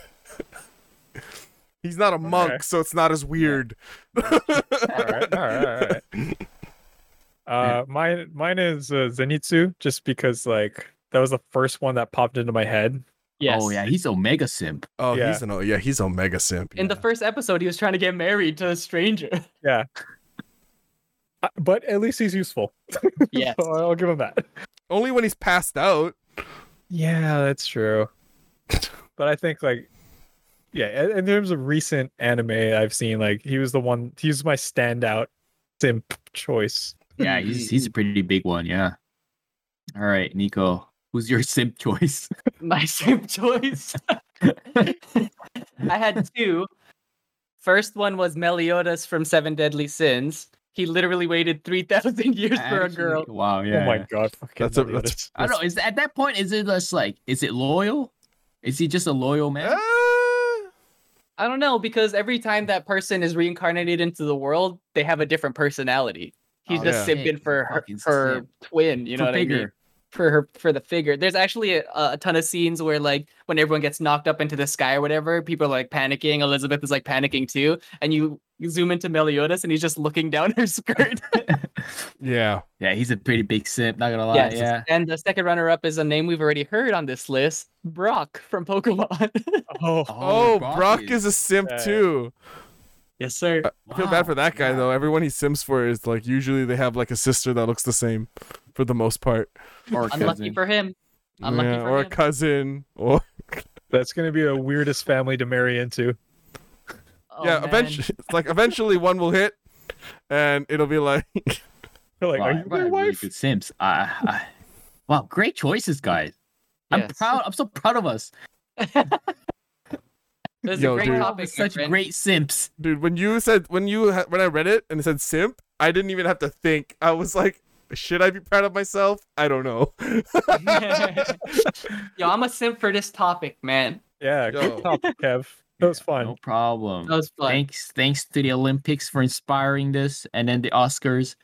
He's not a monk, Okay. so it's not as weird. all right, all right, all right. Uh, mine, mine is uh, Zenitsu, just because like that was the first one that popped into my head. yes. Oh yeah, he's Omega simp. Oh, Yeah. he's an oh yeah, he's Omega Simp. In the first episode, he was trying to get married to a stranger. Yeah. Uh, But at least he's useful. yes. So I'll give him that. Only when he's passed out. Yeah, that's true. but I think like yeah, in- in terms of recent anime I've seen, like he was the one. He was my standout simp choice. Yeah, he's he's a pretty big one. Yeah. All right, Nico, who's your simp choice? My same choice. I had two. First one was Meliodas from Seven Deadly Sins. He literally waited 3,000 years for a Actually, girl. Wow. Yeah. Oh my god, fucking That's a- Meliodas. I don't know. Is at that point? Is it just like? Is it loyal? Is he just a loyal man? Ah, I don't know, because every time that person is reincarnated into the world, they have a different personality. He's Oh, just yeah. simping for her, Fucking her simp. twin, you know For what I mean? bigger. for her for the figure. There's actually a, a ton of scenes where like when everyone gets knocked up into the sky or whatever, people are like panicking. Elizabeth is like panicking too, and you zoom into Meliodas and he's just looking down her skirt. yeah. Yeah, he's a pretty big simp. Not gonna lie. Yes. Yeah. And the second runner up is a name we've already heard on this list, Brock from Pokemon. Oh, Oh, Brock is a simp Uh, too. yes, Uh, sir. I feel bad for that guy though. Everyone he sims for is like usually they have like a sister that looks the same, for the most part. Or Unlucky cousin. for him. Unlucky Yeah, for or him. a cousin, or that's gonna be the weirdest family to marry into. Oh, yeah. man. Eventually, like eventually one will hit, and it'll be like, They're like, Wow, are you what my a really wife? good Sims. I, I, wow, great choices, guys. I'm Yes. proud. I'm so proud of us. This is Yo, a great dude. topic. my Such friend. great simps. dude, when you said when you ha- when I read it and it said simp, I didn't even have to think. I was like, should I be proud of myself? I don't know. Yo, I'm a simp for this topic, man. Yeah, good Yo. topic, Kev. That was fun. No problem. That was fun. Thanks, thanks to the Olympics for inspiring this, and then the Oscars.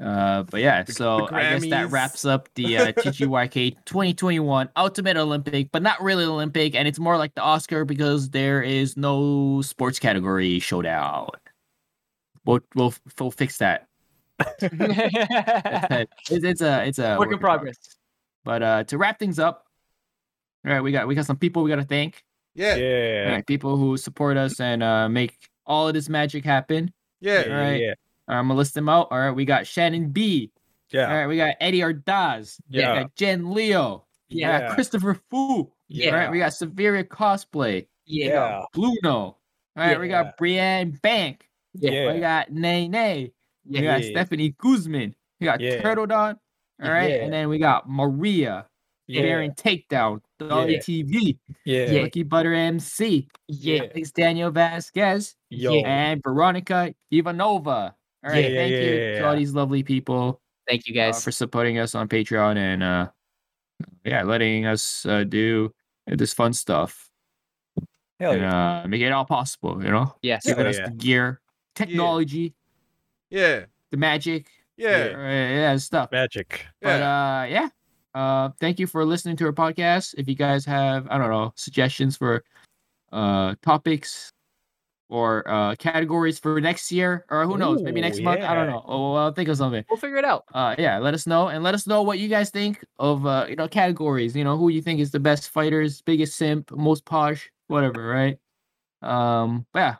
Uh, but yeah, so I guess that Grammys. wraps up the uh, TGYK 2021 Ultimate Olympic, but not really Olympic, and it's more like the Oscar because there is no sports category showdown. We'll we'll, we'll fix that. Work But it's, it's a it's a in progress. But uh, to wrap things up, all right, we got we got some people we got to thank. Yeah, yeah. All Yeah. right, people who support us and uh, make all of this magic happen. Yeah. Alright. Yeah. All right, I'm gonna list them out. All right, we got Shannon B. All Yeah. right, we got Eddie Ardaz. We Yeah. got Jen Leo. We got Yeah. Christopher Fu. Yeah. All right, we got Severia Cosplay. yeah. Bluno. All right, we Yeah. got Brianne Bank. Yeah. We got Nay Nay. We Yeah. got Stephanie Guzman. We got Yeah. Turtle Don. All right, Yeah. and then we got Maria. Yeah. Darren Takedown. Dolly Yeah. TV. Yeah. Yeah. Lucky Butter MC. Yeah. Alex Daniel Vasquez. Yo. and Veronica Ivanova. All right, Yeah, thank yeah, you yeah, to all yeah. these lovely people Thank you uh, guys. for supporting us on Patreon and uh, yeah, letting us uh, do this fun stuff Hell and yeah. uh, make it all possible. You know, yes. Yeah. giving us the gear, technology, yeah, the magic, yeah, all right, yeah, stuff. Magic. But uh, yeah. Uh, thank you for listening to our podcast. If you guys have, I don't know, suggestions for uh topics or uh categories for next year, or who knows, maybe Ooh, next month. I don't yeah. know. Oh, well, I'll think of something. We'll figure it out. Uh, yeah, let us know and let us know what you guys think of uh, you know, categories. You know, who you think is the best fighters, biggest simp, most posh, whatever, right? Um, but yeah.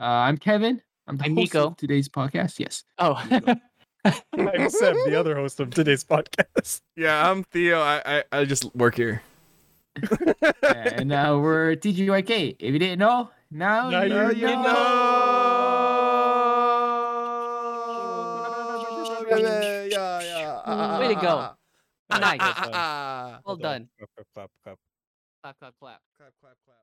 Uh, I'm Kevin. I'm the I'm host Nico. of today's podcast. Yes. Oh, Except the other host of today's podcast. yeah. I'm Theo. I I, I just work here. and uh, we're TGYK. If you didn't know, now, Now you, you you know. know. Yeah, yeah, yeah. Way to go. Ah, nice. ah, Well Hold on. done. Clap, clap, clap. Clap, clap, clap. Clap, clap, clap.